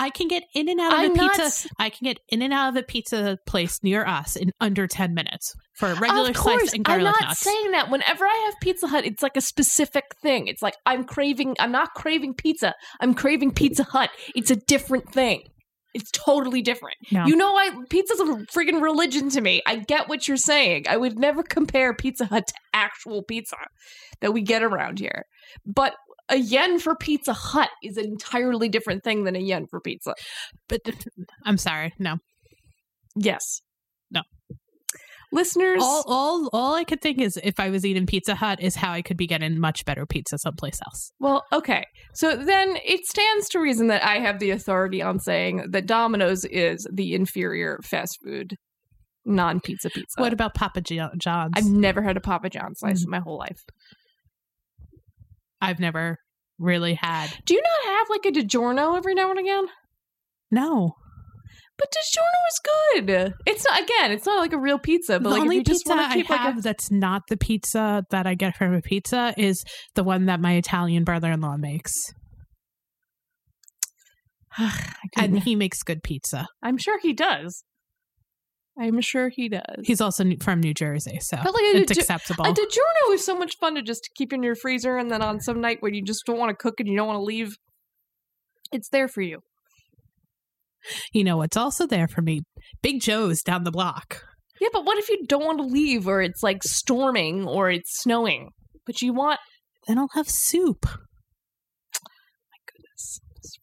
I can get in and out of I'm a pizza. not- I can get in and out of a pizza place near us in under ten minutes for a regular of course, slice and garlic I'm not nuts. saying that. Whenever I have Pizza Hut, it's like a specific thing. It's like I'm craving. I'm not craving pizza. I'm craving Pizza Hut. It's a different thing. It's totally different. No. You know, I pizza's a freaking religion to me. I get what you're saying. I would never compare Pizza Hut to actual pizza that we get around here, but. A yen for Pizza Hut is an entirely different thing than a yen for pizza. but I'm sorry. No. Yes. No. Listeners, all all all I could think is if I was eating Pizza Hut is how I could be getting much better pizza someplace else. Well, okay. So then it stands to reason that I have the authority on saying that Domino's is the inferior fast food, non pizza pizza. what Mm-hmm. about Papa Jo- John's? I've never had a Papa John's slice in my whole life. I've never really had. Do you not have like a DiGiorno every now and again? No, But DiGiorno is good. It's not again. It's not like a real pizza, but the like if only you just pizza want to I keep like have a, that's not the pizza that I get from a pizza is the one that my Italian brother-in-law makes, I and didn't- he makes good pizza. I'm sure he does. I'm sure he does. He's also n- from New Jersey, so But like a it's Di- acceptable. A DiGiorno is so much fun to just keep in your freezer, and then on some night when you just don't want to cook and you don't want to leave, it's there for you. you know what's also there for me? Big Joe's down the block. Yeah, but what if you don't want to leave, or it's like storming, or it's snowing, but you want Then I'll have soup. goodness, this is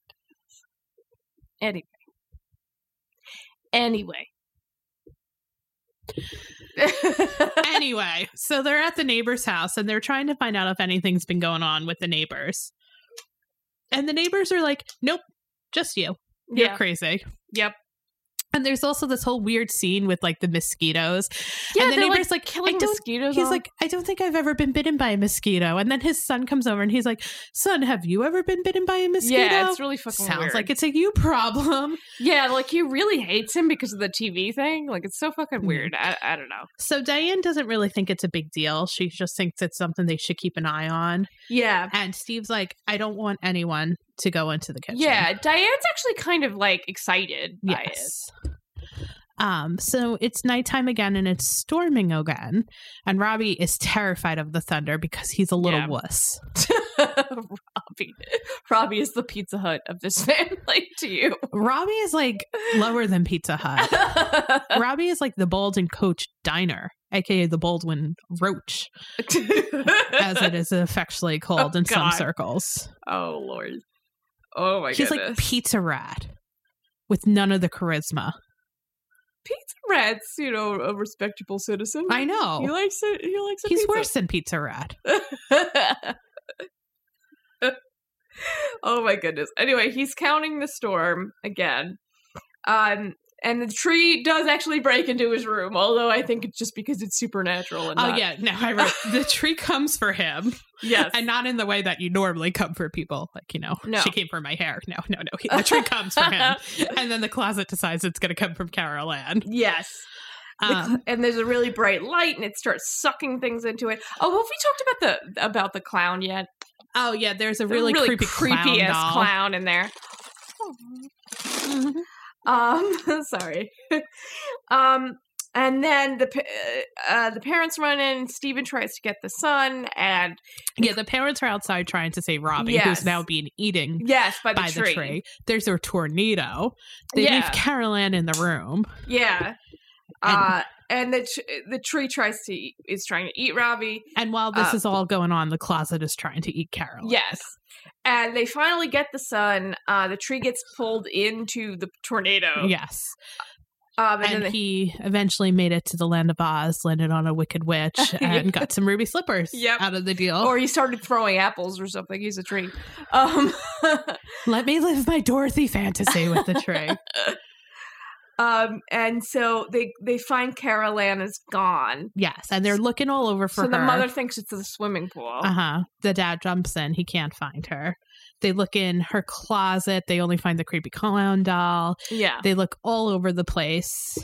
ridiculous. anyway? <laughs> Anyway. <laughs> anyway, so they're at the neighbor's house and they're trying to find out if anything's been going on with the neighbors. And the neighbors are like, nope, just you. You're yeah, crazy. Yep. And there's also this whole weird scene with like the mosquitoes. yeah. and the they're neighbor's like, like killing I don't- mosquitoes. He's on- like, I don't think I've ever been bitten by a mosquito. And then his son comes over and he's like, Son, have you ever been bitten by a mosquito? yeah, it's really fucking Sounds weird. like it's a you problem. yeah, like he really hates him because of the TV thing. Like it's so fucking Mhm. weird. I, I don't know. So Diane doesn't really think it's a big deal. She just thinks it's something they should keep an eye on. Yeah, And Steve's like, I don't want anyone to go into the kitchen. Yeah, Diane's actually kind of like excited by it. Yes. Um, so it's nighttime again and it's storming again. And Robbie is <laughs> terrified of the thunder because he's a little Yeah. wuss. <laughs> Robbie. Robbie is the Pizza Hut of this <laughs> family to <laughs> you. Robbie is <laughs> like lower than Pizza Hut. Robbie is like the Baldwin Coach Diner, aka the Baldwin Roach, as it <laughs> is affectionately called Oh, in some God. circles. oh Lord. Oh my He's goodness. like Pizza Rat with none of the charisma. pizza rat's, you know, a respectable citizen. I He know. likes it. He likes a He's pizza. worse than Pizza Rat. <laughs> oh my goodness. Anyway, he's counting the storm again. Um and the tree does actually break into his room, although I think it's just because it's supernatural and Oh not- yeah, no, I wrote the tree comes for him, <laughs> Yes. and not in the way that you normally come for people. Like you know, No. she came for my hair. No, no, no. He, the tree comes for <laughs> him, and then the closet decides it's going to come from Carol Ann. Yes. <laughs> The cl- Um, and there's a really bright light and it starts sucking things into it. Oh, have we talked about the about the clown yet? oh yeah, there's a The really, creepy, creepy clown ass doll. clown in there. Um, <laughs> sorry. um, and then the pa- uh, the parents run in. Stephen tries to get the son, and <laughs> Yeah, the parents are outside trying to save Robin, Yes. who's now being eaten yes, by the, by the tree. tree. There's a tornado. They Yeah. leave Carol Ann in the room. Yeah. And- Uh, and the tr- the tree tries to eat, is trying to eat Robbie. And while this Uh, is all going on, the closet is trying to eat Carol. Yes. And they finally get the son. Uh, the tree gets pulled into the tornado. Yes. Um, and, then And they- he eventually made it to the land of Oz, landed on a wicked witch, <laughs> and got some ruby slippers Yep. out of the deal. or he started throwing apples or something. He's a tree. Um, <laughs> Let me live my Dorothy fantasy with the tree. <laughs> um, and so they they find Carol Ann is gone. yes. And they're looking all over for so her. the mother thinks it's the swimming pool. Uh huh. The dad jumps in. He can't find her. They look in her closet. They only find the creepy clown doll. Yeah. They look all over the place.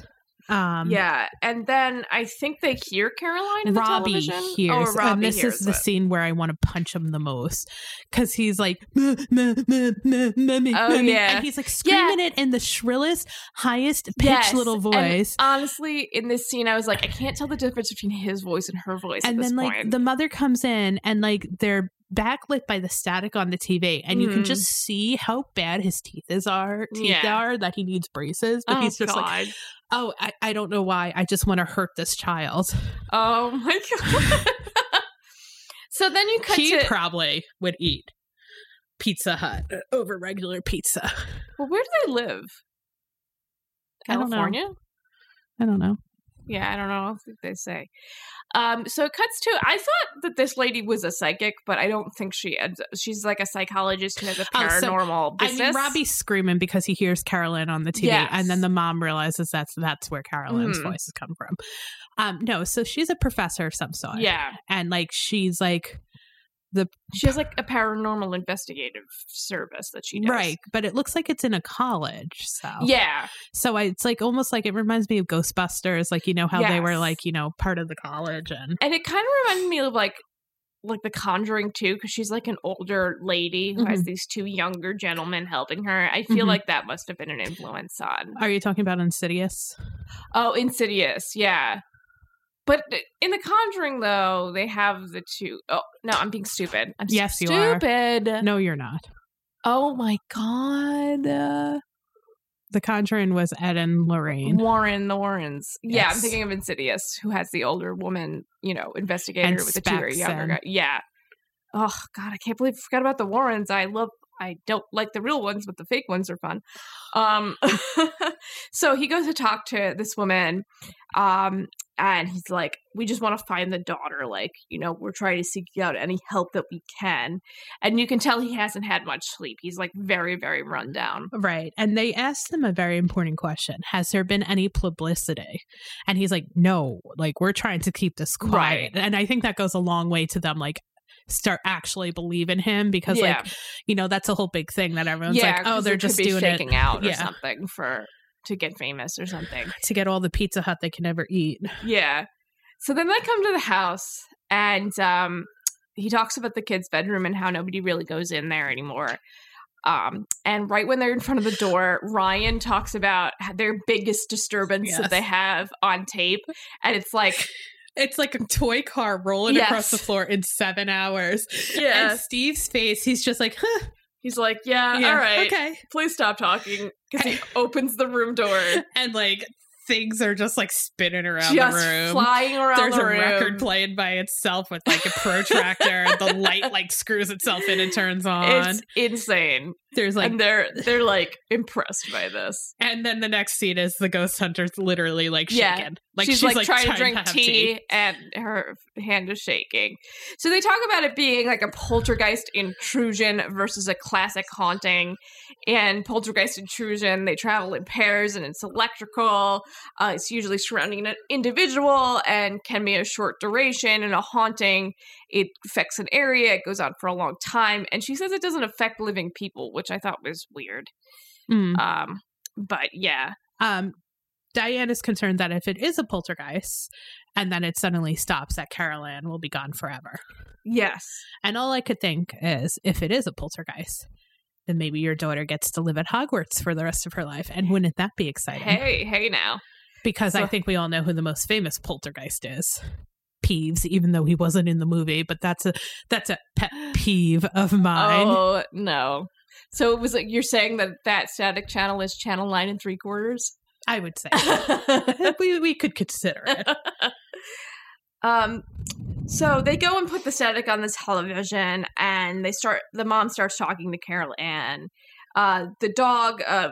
Um, yeah. And then I think they hear Caroline in Robbie the television. hears, uh, oh, Robbie and this hears is the it. scene where I want to punch him the most because he's like, "Muh, muh, muh, muh, mummy, Oh, mummy," yeah. and he's like screaming it in the shrillest, highest pitch Yes, little and- voice. Honestly, in this scene, I was like, I can't tell the difference between his voice and her voice. and at then this like point. the mother comes in and like they're backlit by the static on the TV and you can Mhm. just see how bad his teeth is are teeth Yeah. are that he needs braces but oh, he's just like God. oh I, I don't know why I just want to hurt this child oh my <laughs> god. so then you cut he to probably would eat Pizza Hut uh, over regular pizza well, where do they live? I don't know. California. I don't know Yeah, I don't know. I don't think they say. Um, so it cuts to. I thought that this lady was a psychic, but I don't think she ends. Up, she's like a psychologist who has a Oh, so- paranormal business. I mean Robbie's screaming because he hears Carolyn on the TV Yes. and then the mom realizes that's that's where Carolyn's Mhm. voice has come from um no so she's a professor of some sort Yeah, and like she's like she has like a paranormal investigative service that she does. right Oh. but it looks like it's in a college so Yeah. so I, it's like almost like it reminds me of ghostbusters like you know how they were Yes. like you know part of the college and and it kind of reminded me of like like the conjuring too because she's like an older lady who Mm-hmm. has these two younger gentlemen helping her i feel Mhm. like that must have been an influence on are you talking about insidious oh insidious yeah but th- in the conjuring though they have the two oh no i'm being stupid i'm Yes, you are. stupid no you're not oh my god uh, the conjuring was ed and lorraine warren the warrens yeah i'm Yes. thinking of insidious who has the older woman you know investigator And with the two very younger Spaxon. guy yeah oh god i can't believe i forgot about the warrens i love i don't like the real ones but the fake ones are fun um <laughs> so he goes to talk to this woman um and he's like we just want to find the daughter like you know we're trying to seek out any help that we can and you can tell he hasn't had much sleep he's like very very run down right and they asked him a very important question has there been any publicity and he's like no like we're trying to keep this quiet Right. and i think that goes a long way to them like start actually believe in him because like you know that's a whole big thing that everyone's like oh 'cause they're it could just be doing it faking out or Yeah. something for to get famous or something. to get all the Pizza Hut they can ever eat. yeah. So then they come to the house and um, he talks about the kids' bedroom and how nobody really goes in there anymore. Um, and right when they're in front of the door, Ryan talks about their biggest disturbance that Yes. they have on tape, and it's like, It's like a toy car rolling across the Yes. floor in seven hours. And Steve's face, he's just like, <laughs> huh, he's like, yeah, yeah, all right, okay. please stop talking because <laughs> he opens the room door, And like things are just like spinning around just the room. flying around There's the a room. record playing by itself with like a protractor. <laughs> and the light like screws itself in and turns on. It's insane. There's like and they're they're like impressed by this. and then the next scene is the ghost hunter's literally like shaking. Yeah. Like she's, like, trying, to drink have tea, and her hand is shaking. So they talk about it being like a poltergeist intrusion versus a classic haunting. And poltergeist intrusion, they travel in pairs and it's electrical. Uh, it's usually surrounding an individual and can be a short duration. And a haunting, it affects an area. It goes on for a long time. And she says it doesn't affect living people, which I thought was weird. Mm. Um, but yeah, Um, Diane is concerned that if it is a poltergeist and then it suddenly stops, that Carol Ann will be gone forever. yes, And all I could think is, if it is a poltergeist, then maybe your daughter gets to live at Hogwarts for the rest of her life. And wouldn't that be exciting? Hey, hey now. because I So- think we all know who the most famous poltergeist is. Peeves, even though he wasn't in the movie, but that's a that's a pet peeve of mine. Oh no. So it was like you're saying that that static channel is channel nine and three quarters. I would <laughs> say we we could consider it. um. So they go and put the static on this television, and they start. The mom starts talking to Carol Ann. Uh, the dog, uh,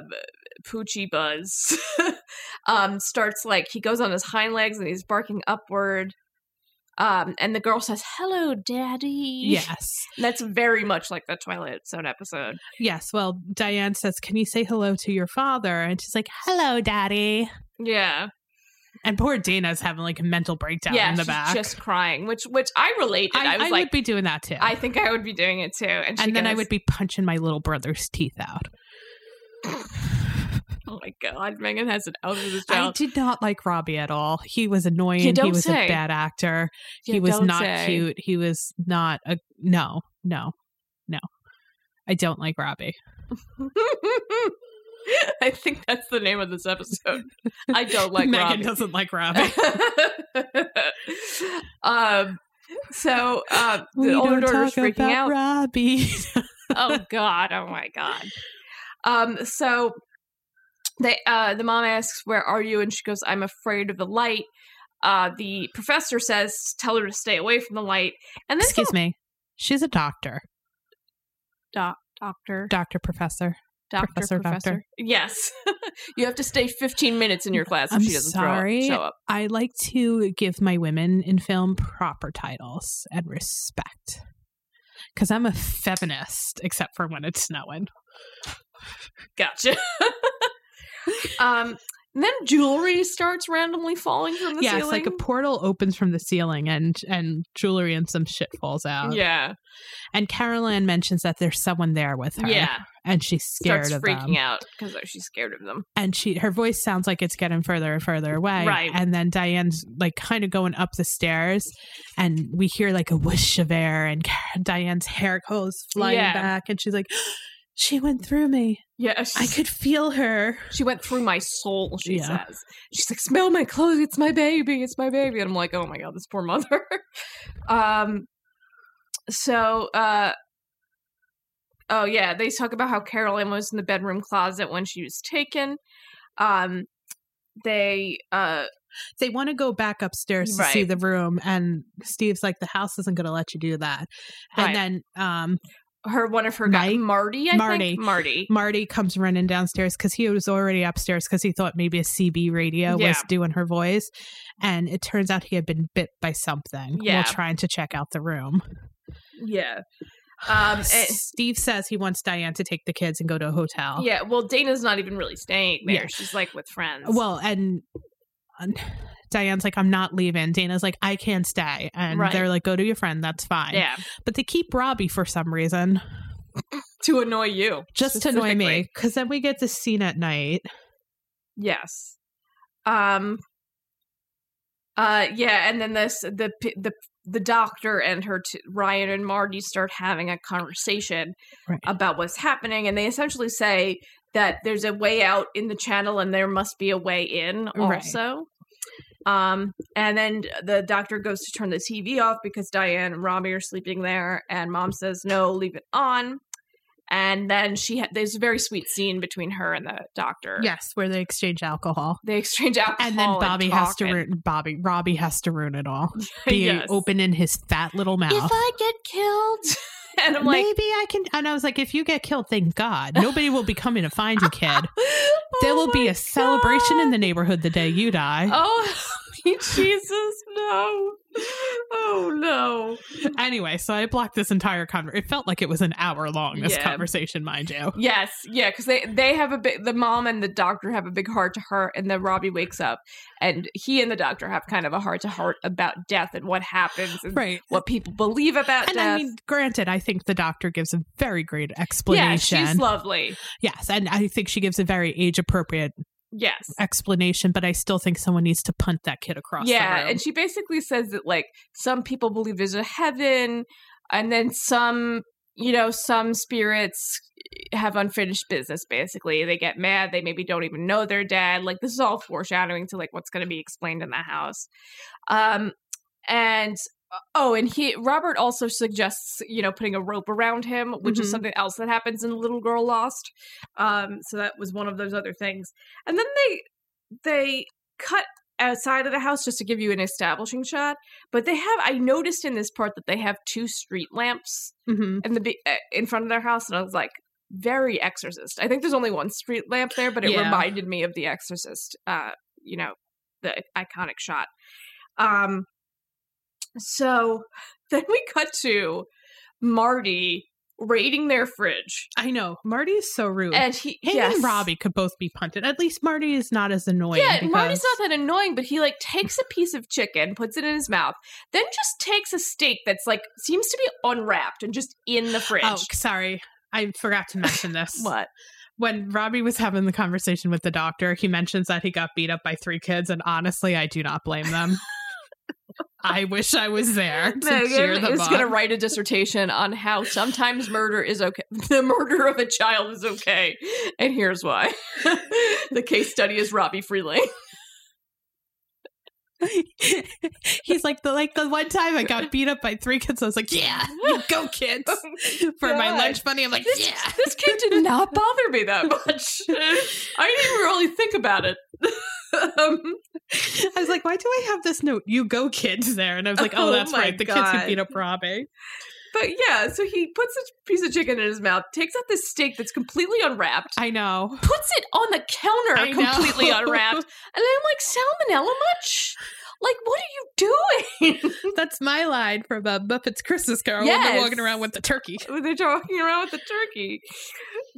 Poochie Buzz, <laughs> um, starts like he goes on his hind legs and he's barking upward. Um, and the girl says, "Hello, Daddy." Yes, that's very much like the Twilight Zone episode. yes. Well, Diane says, "Can you say hello to your father?" And she's like, "Hello, Daddy." Yeah, And poor Dana's having like a mental breakdown yeah, in the she's back. just crying, which which I related. I, I, was I like, would be doing that too. I think I would be doing it too. And, she and then I goes, would be punching my little brother's teeth out. Oh my god, Megan has it out of this I child. did not like Robbie at all. He was annoying. he don't was say. a bad actor. he You was don't not say. cute. He was not a no, no, no. I don't like Robbie. <laughs> <laughs> I think that's the name of this episode. I don't like <laughs> Megan Robbie. doesn't <laughs> like Robbie. um. So um, We the older don't daughter's talk freaking about <laughs> out. Robbie. oh god oh my god um so they uh the mom asks where are you and she goes i'm afraid of the light uh the professor says tell her to stay away from the light and this Excuse me. She's a doctor, doctor doctor professor. doctor Professor, professor, doctor. yes <laughs> you have to stay 15 minutes in your class if I'm she doesn't throw sorry. up, show up I like to give my women in film proper titles and respect. Because I'm a feminist, except for when it's snowing. gotcha <laughs> um and then jewelry starts randomly falling from the yeah, ceiling it's like a portal opens from the ceiling and and jewelry and some shit falls out. yeah And Caroline mentions that there's someone there with her. yeah And she's scared starts of freaking them. out because she's scared of them And she her voice sounds like it's getting further and further away. Right. And then Diane's like kind of going up the stairs and we hear like a whoosh of air and <laughs> Car- Diane's hair goes flying Yeah. back and she's like <gasps> she went through me. yeah I she's- could feel her. She went through my soul, she Yeah. says. She's like, smell my clothes, it's my baby, it's my baby. And I'm like, oh my god, this poor mother. <laughs> um so uh oh yeah, they talk about how Carolyn was in the bedroom closet when she was taken. Um they uh They want to go back upstairs to see Right. the room and Steve's like the house isn't going to let you do that. And Right. then um her one of her guys Mike? Marty, I Marty. think. Marty. Marty comes running downstairs because he was already upstairs because he thought maybe a CB radio Yeah. was doing her voice. And it turns out he had been bit by something Yeah. while trying to check out the room. <sighs> Yeah. Um it- Steve says he wants Diane to take the kids and go to a hotel. yeah, well Dana's not even really staying there. Yeah. She's like with friends. Well, and and Diane's like, I'm not leaving. Dana's like, I can't stay. And Right. they're like, go to your friend. That's fine. yeah. But they keep Robbie for some reason, To annoy you. just to annoy me. Specifically. Because then we get this scene at night. Yes. Um. Uh. Yeah. And then this the p- the the doctor and her t- Ryan and Marty start having a conversation Right. about what's happening, and they essentially say that there's a way out in the channel, and there must be a way in Right. also. Um. And then the doctor goes to turn the TV off because Diane and Robbie are sleeping there, and Mom says no, leave it on. And then she ha- there's a very sweet scene between her and the doctor Yes, where they exchange alcohol. they exchange alcohol, and then Bobby and has talk to and- ruin Bobby Robbie has to ruin it <laughs> all. Be Yes. open in his fat little If mouth. I get killed, <laughs> and I'm <gasps> like, Maybe I can and I was like, if you get killed, thank God. Nobody will be coming to find you, <laughs> kid. There "Oh will be my a celebration in God." the neighborhood the day you die. Oh, <laughs> help me, Jesus, no! Oh no! <laughs> Anyway, so I blocked this entire conversation. It felt like it was an hour long, this Yeah. conversation, mind you. Yes, yeah, because they they have a big. The mom and the doctor have a big heart to heart, and then Robbie wakes up, and he and the doctor have kind of a heart to heart about death and what happens and Right. what people believe about And death. I mean, granted, I think the doctor gives a very great yeah, explanation. she's lovely. yes, and I think she gives a very age appropriate Yes, explanation, but I still think someone needs to punt that kid across the yeah room. and she basically says that like some people believe there's a heaven and then some you know, some spirits have unfinished business basically. They get mad, they maybe don't even know they're dead. Like this is all foreshadowing to like what's going to be explained in the house. Um and oh, and he Robert also suggests, you know, putting a rope around him, which is Mhm. something else that happens in Little Girl Lost. Um so that was one of those other things. And then they they cut outside of the house just to give you an establishing shot, but they have I noticed in this part that they have two street lamps Mhm. in the be- uh, in front of their house, and I was like, very Exorcist. I think there's only one street lamp there, but it Yeah. reminded me of the Exorcist. Uh, you know, the iconic shot. Um, so <laughs> then we cut to Marty raiding their fridge, I know. Marty is so rude. and he Him yes. and Robbie could both be punted. At least Marty is not as annoying. Yeah, because- Marty's not that annoying, but he like takes a piece of chicken, puts it in his mouth, then just takes a steak that's like seems to be unwrapped and just in the fridge. Oh, sorry. I forgot to mention this. <laughs> What? When Robbie was having the conversation with the doctor, he mentions that he got beat up by three kids, and honestly, I do not blame <laughs> them. I wish I was there to cheer Megan them is on. going to write a dissertation on how sometimes murder is okay. <laughs> The murder of a child is okay, and here's why. <laughs> the case study is Robbie Freeling. <laughs> He's like the like the one time I got beat up by three kids. I was like, yeah, you go kids <laughs> for Oh my God. lunch money. I'm like, This, yeah. this kid did not bother me that <laughs> much. I didn't even really think about it. <laughs> um, <laughs> I was like, why do I have this note? You go kids there, and I was like, oh, Oh that's my right, the kids who God. beat up Robbie. but yeah, so he puts a piece of chicken in his mouth, takes out this steak that's completely unwrapped, I know. <laughs> puts it on the counter I know. completely unwrapped, and then I'm like, salmonella much? Like, what are you doing? That's my line from uh, Muppets Christmas Carol when Yes. they're walking around with the turkey. <laughs> when they're walking around with the turkey.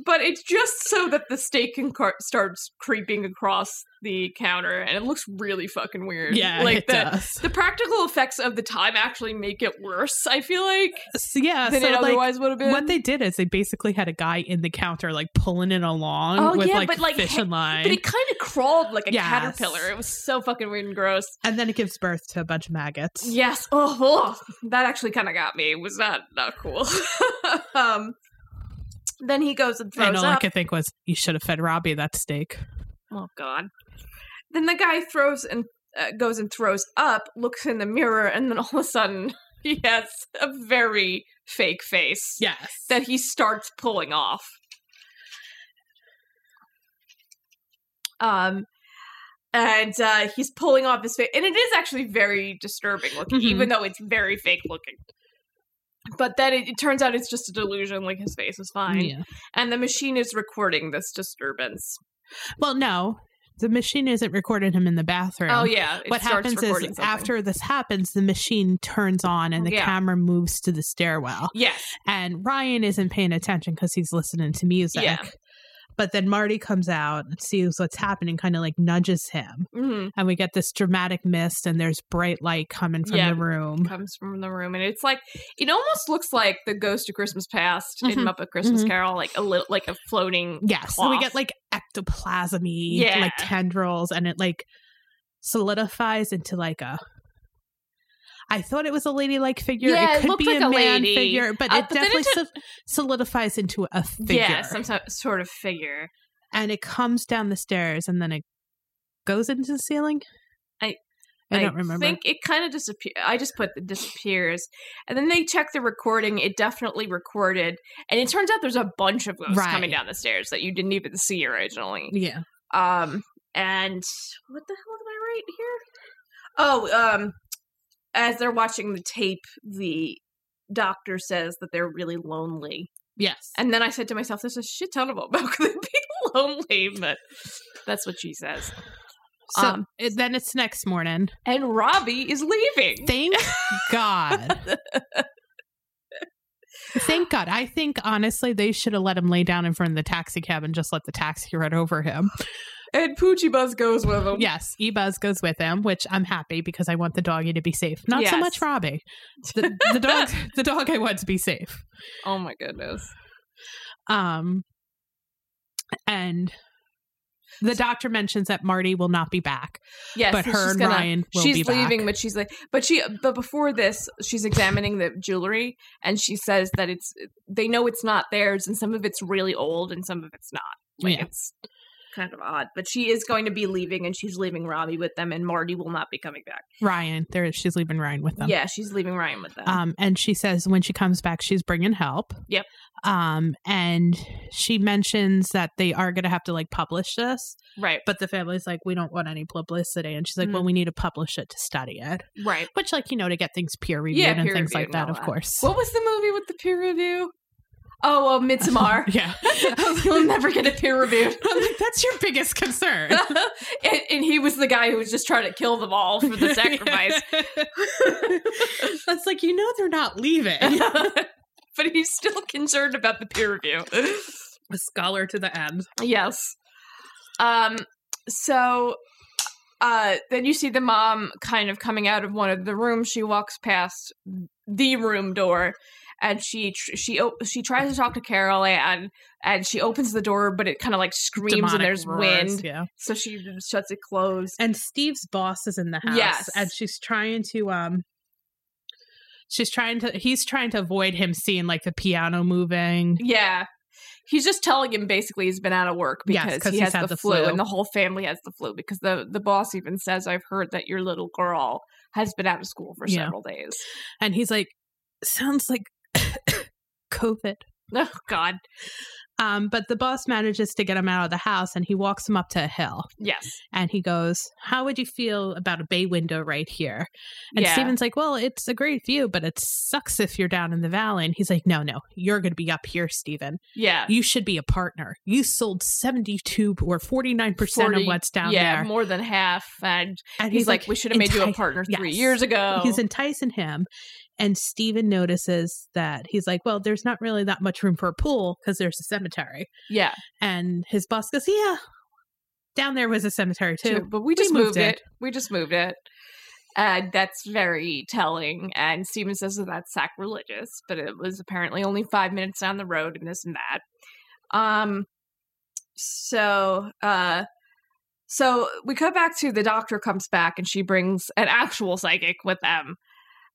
But it's just so that the steak can car- starts creeping across the counter, and it looks really fucking weird. Yeah, like it the does. the practical effects of the time actually make it worse. I feel like So, yeah, than so it like otherwise would have been. what they did is they basically had a guy in the counter like pulling it along Oh, with yeah, like, but, like, fish he- and line, but it kind of crawled like a Yes. caterpillar. It was so fucking weird and gross. and then it gives birth to a bunch of maggots. Yes. Oh, oh, that actually kind of got me. It was not not cool. <laughs> um, then he goes and throws and all up. I could think was, you should have fed Robbie that steak. Oh God! Then the guy throws and uh, goes and throws up, looks in the mirror, and then all of a sudden <laughs> he has a very fake face Yes. that he starts pulling off. Um, and uh, he's pulling off his face, and it is actually very disturbing looking, Mhm. even though it's very fake looking. But then it, it turns out it's just a delusion; like his face is fine, Yeah. and the machine is recording this disturbance. Well, no, the machine isn't recording him in the bathroom. Oh yeah. It What starts happens is recording something. after this happens, the machine turns on and the Yeah. camera moves to the stairwell. Yes. and Ryan isn't paying attention because he's listening to music. Yeah. But then Marty comes out and sees what's happening, kind of like nudges him. hmm And we get this dramatic mist, and there's bright light coming from Yeah. the room. Comes from the room and it's like it almost looks like the ghost of Christmas past in Mhm. Muppet Christmas Mhm. Carol, like a little like a floating Yeah. So we get cloth. like ectoplasmy, Yeah. like tendrils, and it like solidifies into like a. I thought it was a ladylike figure. Yeah, it it could looked be like a, a man lady. figure, but Uh, it but then it definitely so- solidifies into a figure. Yeah, some so- sort of figure. and it comes down the stairs and then it goes into the ceiling. I- I, don't remember. think it kind of disappears. I just put the disappears. And then they check the recording. It definitely recorded. And it turns out there's a bunch of ghosts coming Right. down the stairs that you didn't even see originally. yeah, Um, and what the hell did I write here? Oh, um, as they're watching the tape, the doctor says that they're really lonely. yes, And then I said to myself, there's a shit ton of them. How could they be <laughs> lonely? But that's what she says. so um, it- then it's next morning. And Robbie is leaving. Thank God. Thank God. I think honestly they should have let him lay down in front of the taxi cab and just let the taxi run over him. And Poochie Buzz goes with him. Yes, E-Buzz goes with him, which I'm happy because I want the doggy to be safe. Not so Yes. much Robbie. The, the dog <laughs> the dog I want to be safe. Oh my goodness. Um, and the doctor mentions that Marty will not be back. Yes, But so her she's and gonna- Ryan will she's be back. leaving, but she's like, but she, but before this, she's examining the jewelry, and she says that it's they know it's not theirs, and some of it's really old, and some of it's not. Like Yeah. it's kind of odd, but she is going to be leaving, and she's leaving Robbie with them, and Marty will not be coming back. Ryan, there she's leaving Ryan with them. Yeah, she's leaving Ryan with them. Um, and she says when she comes back, she's bringing help. Yep. Um, and she mentions that they are going to have to like publish this, right, but the family's like, we don't want any publicity. And she's Mm-hmm. like, well, we need to publish it to study it, right. which, like, you know, to get things peer reviewed and peer things reviewed like and that, all of that. course. What was the movie with the peer review? Oh, uh, Midsommar. <laughs> <laughs> <laughs> yeah. He'll never get a peer review. <laughs> I'm like, That's your biggest concern. and, and he was the guy who was just trying to kill them all <laughs> for <laughs> the sacrifice. That's like, you know, they're not leaving. <laughs> but he's still concerned about the peer review. <laughs> A scholar to the end. yes. Um. So, uh, then you see the mom kind of coming out of one of the rooms. She walks past the room door, and she tr- she op- she tries to talk to Carol and and she opens the door, but it kind of like screams Demonic and there's roars, wind. Yeah. So she shuts it closed. and Steve's boss is in the house Yes. and she's trying to um she's trying to he's trying to avoid him seeing like the piano moving Yeah. He's just telling him basically he's been out of work Yes, because 'cause he he's has had the, the flu, flu. and the whole family has the flu because the the boss even says I've heard that your little girl has been out of school for Yeah. several days. <laughs> and he's like sounds like <coughs> covid Oh god. um but the boss manages to get him out of the house and he walks him up to a hill Yes. and he goes how would you feel about a bay window right here and Yeah. steven's like well it's a great view but it sucks if you're down in the valley and he's like no no you're gonna be up here steven Yeah. you should be a partner. You sold 72 or 49% of 40 what's down yeah, there. more than half. And And he's, like, we should have made you a enti- partner <laughs> three yes. years ago. He's enticing him. And Steven notices that he's like, well, there's not really that much room for a pool because there's a cemetery. yeah. And his boss goes, yeah, down there was a cemetery too. Too. But we just moved moved, it. We just moved it. And that's very telling. And Steven says that that's sacrilegious, but it was apparently only five minutes down the road and this and that. Um so uh so we cut back to the doctor comes back and she brings an actual psychic with them.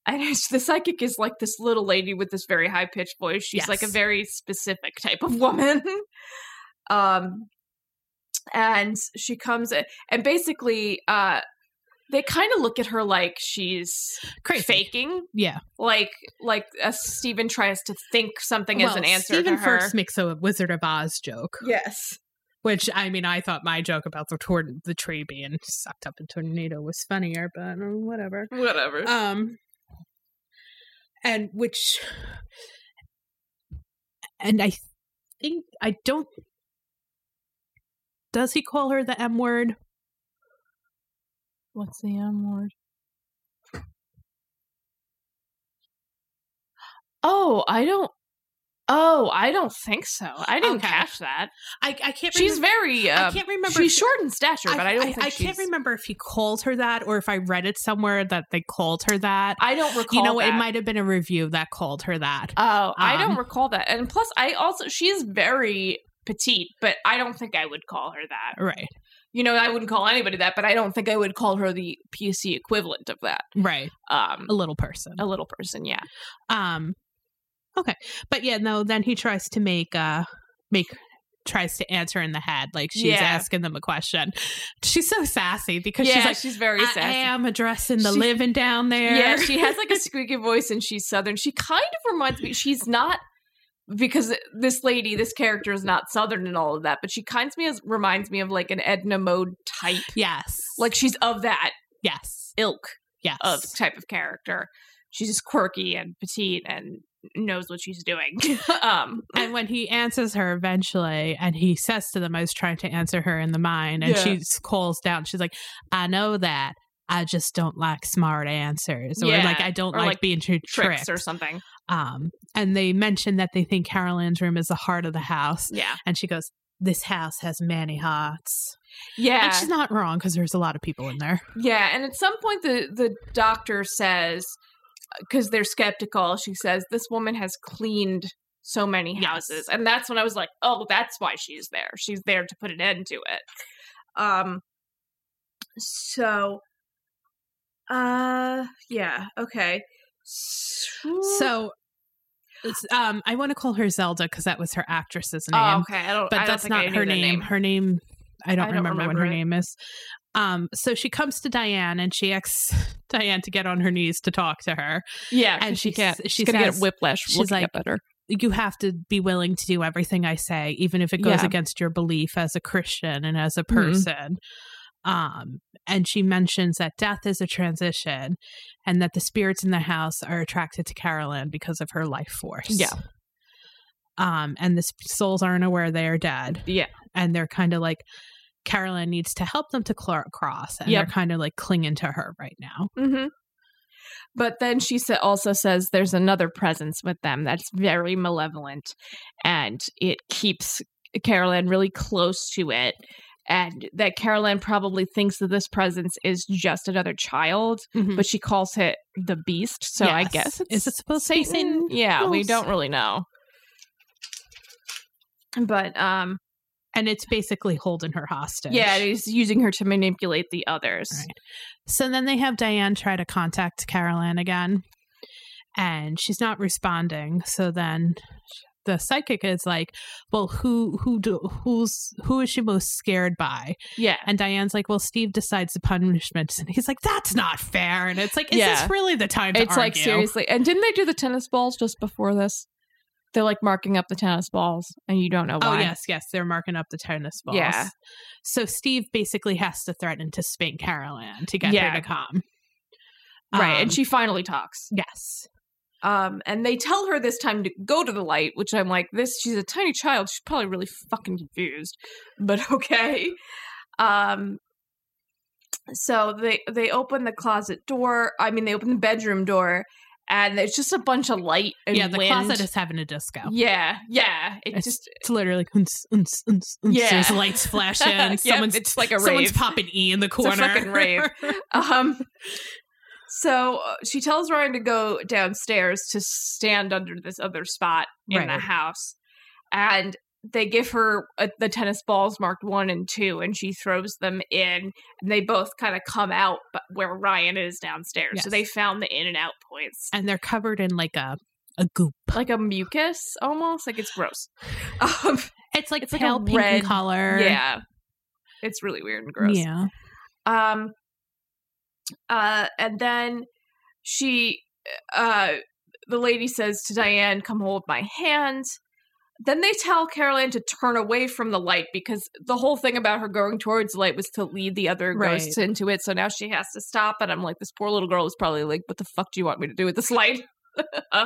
And it's, the psychic is like this little lady with this very high pitched voice. She's like a Yes. very specific type of woman. <laughs> um and she comes in, and basically uh they kind of look at her like she's Crazy. faking Yeah. like like uh, Steven tries to think something as Well, an answer Steven to her first makes a Wizard of Oz joke, yes which I mean, I thought my joke about the, tor- the tree being sucked up in tornado was funnier, but uh, whatever. whatever um and which and i think i don't does he call her the m word what's the m word oh i don't oh i don't think so i didn't Okay. catch that i, I can't she's remem- very i uh, can't remember she's if- short in stature but i, don't think I she's, can't remember if he called her that or if i read it somewhere that they called her that i don't recall you know that. it might have been a review that called her that Oh, I don't Um, recall that. And plus, I also she's very petite, but I don't think I would call her that. right You know, I wouldn't call anybody that, but I don't think I would call her the PC equivalent of that. right Um, a little person a little person, yeah. um okay but yeah no then he tries to make uh make tries to answer in the head like she's Yeah. asking them a question she's so sassy because yeah, she's like she's very I, I sassy. am addressing the She- living down there Yeah, she has like a squeaky voice, and she's southern. She kind of reminds me. She's not because this lady, this character, is not southern and all of that, but she kinds me as reminds me of like an Edna Mode type. <laughs> yes Like she's of that yes ilk. yes of type of character. She's just quirky and petite and knows what she's doing. <laughs> um, and when he answers her eventually and he says to them i was trying to answer her in the mind and Yeah. she s- calls down she's like i know that i just don't like smart answers or Yeah, like i don't or, like, like, being tr- tricks tricked or something. Um, and they mention that they think Caroline's room is the heart of the house. Yeah, And she goes, This house has many hearts. yeah, And she's not wrong because there's a lot of people in there. yeah. And at some point, the the doctor says, because they're skeptical, she says this woman has cleaned so many Yes. houses, and that's when I was like, oh, that's why she's there. She's there to put an end to it. Um, so, uh, yeah, okay. So, So, it's- um, I want to call her Zelda because that was her actress's name, oh, okay, I don't, but I don't that's think I not knew her that name. Her name, I don't, I don't remember, remember what her it. name is. Um, so she comes to Diane and she asks <laughs> Diane to get on her knees to talk to her. Yeah, And 'cause she she can't. s- She's she gonna get says- whiplash. she's looking like, up at her. You have to be willing to do everything I say, even if it goes Yeah. against your belief as a Christian and as a Mhm. person. Um, and she mentions that death is a transition and that the spirits in the house are attracted to Carolyn because of her life force. Yeah. Um, and the sp- souls aren't aware they are dead. Yeah. And they're kind of like, Carolyn needs to help them to cl- cross. And Yep. they're kind of like clinging to her right now. Mm-hmm. But then she sa- also says there's another presence with them that's very malevolent, and it keeps Carolyn really close to it, and that Carolyn probably thinks that this presence is just another child, Mhm. but she calls it the beast. Mm-hmm. So I Yes. guess it's Mm, Is it supposed to be Satan? Yeah, we Yes. don't really know. But um, and it's basically holding her hostage. Yeah, and he's using her to manipulate the others. Right. So then they have Diane try to contact Carolyn again, and she's not responding. So then the psychic is like, "Well, who who do, who's who is she most scared by?" Yeah. And Diane's like, "Well, Steve decides the punishments," and he's like, "That's not fair." And it's like, "Is Yeah. this really the time?" To It's like argue? seriously. And didn't they do the tennis balls just before this? They're like marking up the tennis balls and you don't know Oh why. yes, yes, they're marking up the tennis balls. Yeah. So Steve basically has to threaten to spank Carolyn to get Yeah. her to calm. Right. Um, and she finally talks. yes, Um and they tell her this time to go to the light, which I'm like, this she's a tiny child. She's probably really fucking confused. But <laughs> okay. Um so they they open the closet door. I mean they open the bedroom door and there's just a bunch of light and yeah, the wind. closet is having a disco. Yeah, yeah. It It's- just It's literally like, "Unts, unts, unts, unts." Yeah. There's lights <laughs> flashing. Yep, someone's it's like a someone's rave. popping E in the a corner. fucking rave. um so uh, she tells Ryan to go downstairs to stand under this other spot in the Right. house. And they give her uh, the tennis balls marked 1 and 2 and she throws them in and they both kind of come out but where Ryan is downstairs. So Yes. they found the in and out points. <laughs> and they're covered in like a a goop. Like a mucus almost, like it's gross. <laughs> Um, It's like It's like a pale pink red- in color. yeah. It's really weird and gross. Yeah. Um uh and then she uh the lady says to Diane, "Come hold my hand." Then they tell Caroline to turn away from the light because the whole thing about her going towards the light was to lead the other Right. ghosts into it. So now she has to stop. And I'm like, this poor little girl is probably like, "What the fuck do you want me to do with this light?" <laughs> Uh,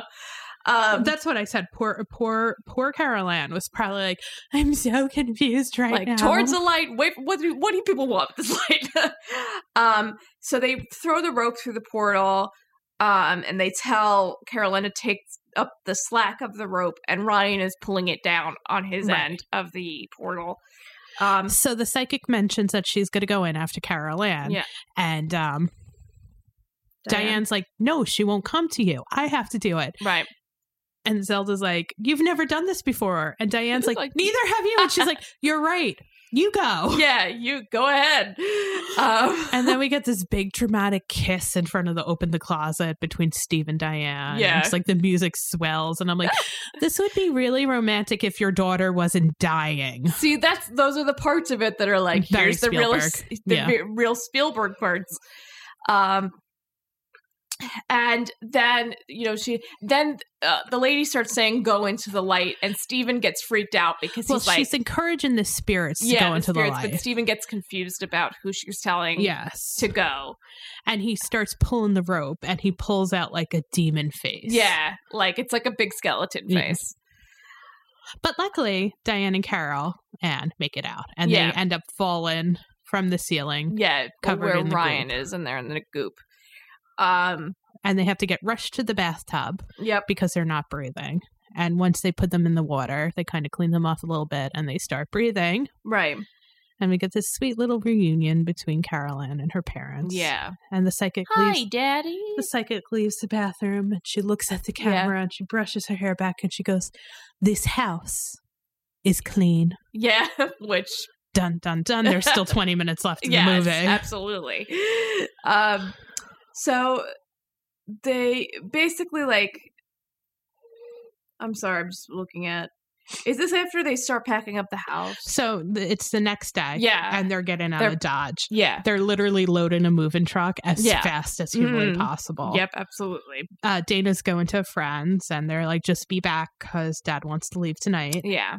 um, That's what I said. Poor poor poor Carol Ann was probably like, I'm so confused right like now. towards the light. Wait, what do what do people want with this light? <laughs> um, so they throw the rope through the portal, um, and they tell Carolyn to take up the slack of the rope, and Ryan is pulling it down on his Right. end of the portal. Um, so the psychic mentions that she's gonna go in after Carol Ann. Yeah. And um Diane- Diane's like, no, she won't come to you. I have to do it. right? And Zelda's like, You've never done this before. And Diane's like, Like- Neither have you. And she's <laughs> like, You're right. You go. Yeah, you go ahead. <laughs> Um, And then we get this big dramatic kiss in front of the open the closet between Steve and Diane. Yeah. And It's like the music swells. And I'm <laughs> like, This would be really romantic if your daughter wasn't dying. See, that's those are the parts of it that are like Very here's the real Spielberg. the Yeah. ve- real Spielberg parts. Um and then you know she then uh, the lady starts saying go into the light and Steven gets freaked out because Well, he's like she's encouraging the spirits to yeah go the into spirits, the but light. Steven gets confused about who she's telling Yes. to go. And he starts pulling the rope and he pulls out like a demon face. Yeah, like it's like a big skeleton Yeah. face. But luckily, Diane and Carol and make it out. And Yeah. they end up falling from the ceiling. Yeah, Covered where in the Ryan is in there in the goop. Um and they have to get rushed to the bathtub yep. because they're not breathing. And once they put them in the water, they kind of clean them off a little bit and they start breathing. Right. And we get this sweet little reunion between Carolyn and her parents. Yeah. And the psychic leaves daddy. the psychic leaves the bathroom and she looks at the Yeah. camera and she brushes her hair back and she goes, This house is clean. Yeah, <laughs> which dun dun dun. There's <laughs> still 20 minutes left in the Yes, movie. absolutely. Um, so they basically like. I'm sorry, I'm just looking at. Is this after they start packing up the house? so th- it's the next day. Yeah. And they're getting out They're- of Dodge. Yeah. They're literally loading a moving truck as Yeah. fast as humanly Mm. possible. Yep, <laughs> absolutely. Uh, Dana's going to friends and they're like, just be back because dad wants to leave tonight. Yeah.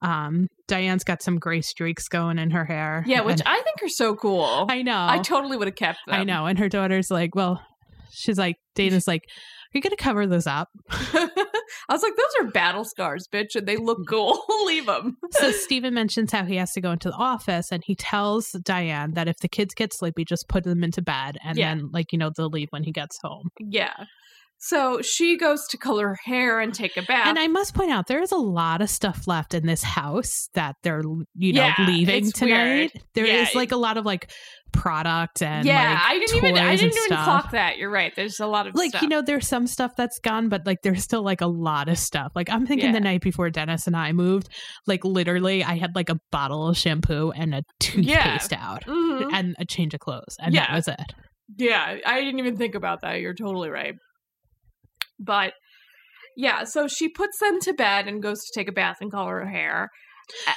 Um, Diane's got some gray streaks going in her hair. Yeah, which And- I think are so cool. I, I know. totally would have kept them. I know. And her daughter's like, well, she's like, Dana's like, are you going to cover those up? <laughs> I was like, those are battle scars, bitch, and they look Mm. cool. <laughs> Leave them. So Stephen mentions how he has to go into the office and he tells Diane that if the kids get sleepy, just put them into bed and Yeah. then, like, you know, they'll leave when he gets home. Yeah. So she goes to color her hair and take a bath. And I must point out, there is a lot of stuff left in this house that they're, you know, Yeah, leaving it's tonight. weird. There is Yeah, like a lot of like product and yeah, like, I didn't even I toys and didn't even stuff. clock that. You're right. There's a lot of like stuff. you know there's some stuff that's gone but like there's still like a lot of stuff like i'm thinking the Yeah. night before dennis and i moved like literally i had like a bottle of shampoo and a Yeah. toothpaste out <laughs> Mhm. and a change of clothes and that Yeah. was it Yeah, I didn't even think about that. You're totally right. But yeah, so she puts them to bed and goes to take a bath and color her hair. Uh,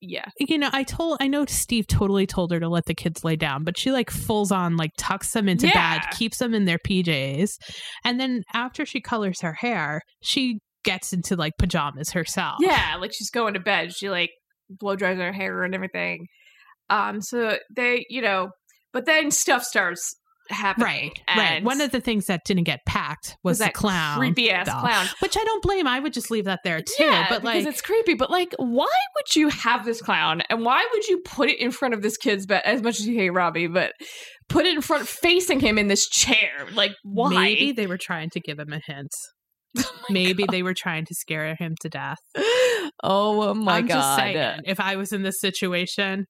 yeah. you know i told i know steve totally told her to let the kids lay down but she like fulls on like tucks them into Yeah. bed keeps them in their pjs and then after she colors her hair she gets into like pajamas herself Yeah, like she's going to bed. She like blow dries her hair and everything. Um, so they, you know, but then stuff starts happening. right right one of the things that didn't get packed was, the clown creepy ass doll. clown? Which I don't blame. I would just leave that there too. Yeah, but because like, it's creepy. But like, why would you have this clown, and why would you put it in front of this kid's bed? As much as you hate Robbie, but put it in front, facing him in this chair. Like, why? <sighs> maybe they were trying to give him a <laughs> hint. maybe they were trying to scare him to death. oh my I'm god! just saying, if I was in this situation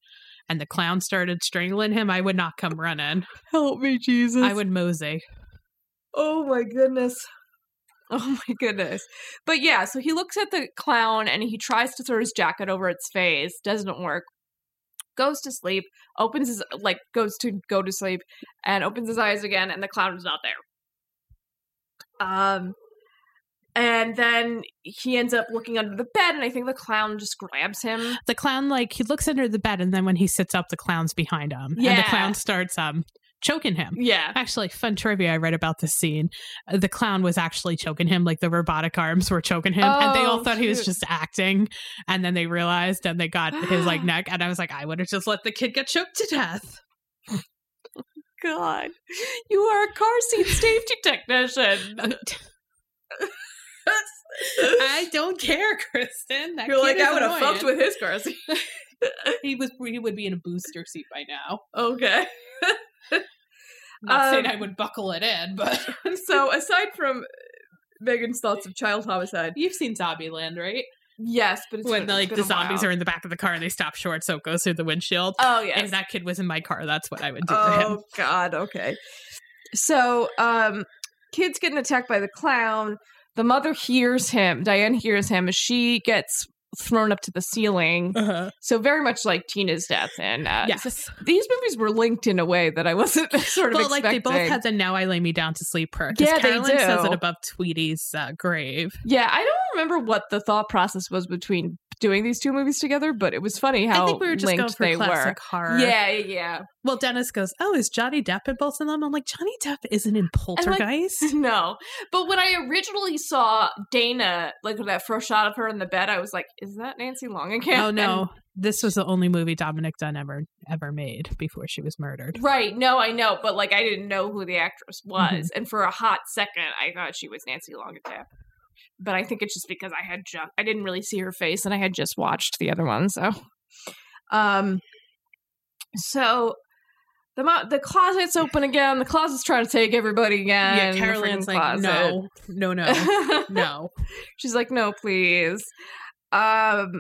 and the clown started strangling him, I would not come running. Help me, Jesus! I would mosey. Oh my goodness. Oh my goodness. But yeah, so he looks at the clown and he tries to throw his jacket over its face. Doesn't work. Goes to sleep, opens his like goes to go to sleep and opens his eyes again and the clown is not there. Um and then he ends up looking under the bed and I think the clown just grabs him. The clown, like, he looks under the bed, and then when he sits up, the clown's behind him, and the Yeah. clown starts um choking him. <gasps> Yeah. Actually, fun trivia I read about this scene. Uh, The clown was actually choking him, like the robotic arms were choking him, and they all Oh, thought he was shoot. just acting. And then they realized, and they got his <gasps> like neck. And I was like, I would have just let the kid get choked to <laughs> death. God. You are a car seat safety <laughs> technician. I don't care, Kristen. That You're like, kid is I would have annoying. fucked with his car seat. <laughs> He was. He would be in a booster seat by now. Okay. I'm not saying Um, I would buckle it in, but <laughs> So aside from Megan's thoughts of child homicide, you've seen Zombieland, right? yes, but it's When like the zombies are in the back of the car and they stop short, so it goes through the windshield. Oh yes. If that kid was in my car, that's what I would do <laughs> to him. Oh God. Okay. So, um, kids getting attacked by the clown. The mother hears him. Diane hears him. She gets thrown up to <laughs> the ceiling. Uh-huh. So very much like Tina's death. And uh, so Yes. these movies were linked in a way that I wasn't <laughs> sort of Well, like expecting. they both had the "Now I Lay Me Down to Sleep" perk. 'cause Yeah, they Carolyn says do. it above Tweety's uh, grave. Yeah, I don't remember what the thought process was between doing these two movies together, but it was funny how I think we were just going linked for they were. classic horror. Yeah, yeah. <laughs> Well, Dennis goes, "Oh, is Johnny Depp in both of them?" I'm like, Johnny Depp isn't in Poltergeist. yeah. No, but when I originally saw Dana, like with that first shot of her in the bed, I was like, "Is that Nancy Longenkamp?" <laughs> oh no, this was the only movie Dominic Dunn ever ever made before she was murdered. And- right? No, I know, but like I didn't know who the actress Mm-hmm. was, and for a hot second, I thought she was Nancy Longenkamp. But I think it's just because I had ju- I didn't really see her face, and I had just watched the other one, so. Um. So. The, mo- the closet's open again. The closet's trying to take everybody again. The freaking closet. <laughs> no, no, no, no. She's like, no, please. um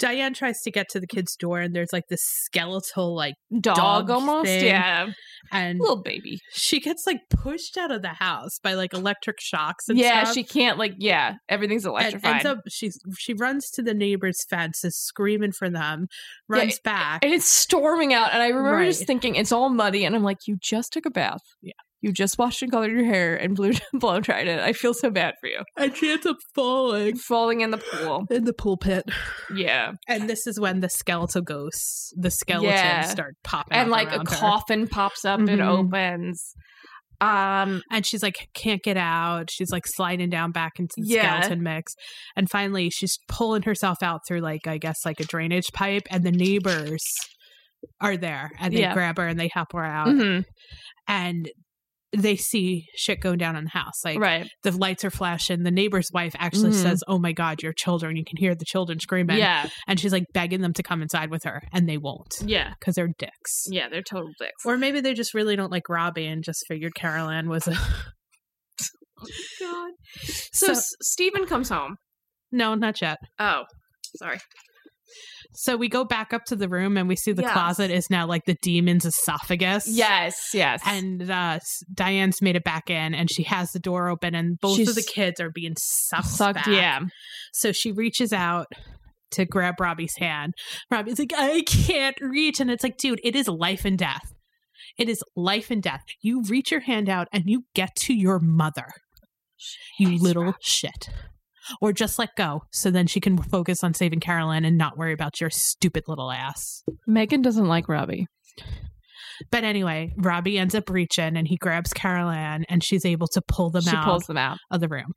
Diane tries to get to the kid's door, and there's like this skeletal, like, dog, Dog almost thing. yeah and little baby she gets like pushed out of the house by like electric shocks and yeah stuff. she can't like yeah everything's and electrified ends up she's she runs to the neighbor's fence is screaming for them runs back and <laughs> it's storming out and i remember just Right. thinking it's all muddy and i'm like you just took a bath Yeah. you just washed and colored your hair and blew <laughs> blow dried it i feel so bad for you <laughs> and she ends up falling falling in the pool in the pool pit yeah and this is when the skeletal ghosts the skeletons Yeah. start popping and up like a around her. coffin pops up and Mhm. opens um and she's like can't get out she's like sliding down back into the Yeah. skeleton mix and finally she's pulling herself out through like i guess like a drainage pipe and the neighbors are there and they Yeah. grab her and they help her out mhm, and they see shit going down in the house like right the lights are flashing. The neighbor's wife actually Mhm. says, "Oh my god, your children! You can hear the children screaming." yeah and she's like begging them to come inside with her, and they won't yeah because they're dicks. yeah they're total dicks Or maybe they just really don't like Robbie and just figured Carol Ann was a <laughs> god so, So- S- stephen comes home no, not yet. oh sorry So we go back up to the room and we see the Yes. closet is now like the demon's esophagus. yes yes And uh, s- Diane's made it back in, and she has the door open, and both of the She's kids are being sucked, sucked back. yeah So she reaches out to grab Robbie's hand. Robbie's like, I can't reach. And it's like, dude, it is life and death. It is life and death. You reach your hand out and you get to your mother, you hates little shit. Or just let go so then she can focus on saving Carolyn and not worry about your stupid little ass. megan doesn't like robbie But anyway, Robbie ends up reaching and he grabs Carolyn and she's able to pull them she out pulls them out of the room.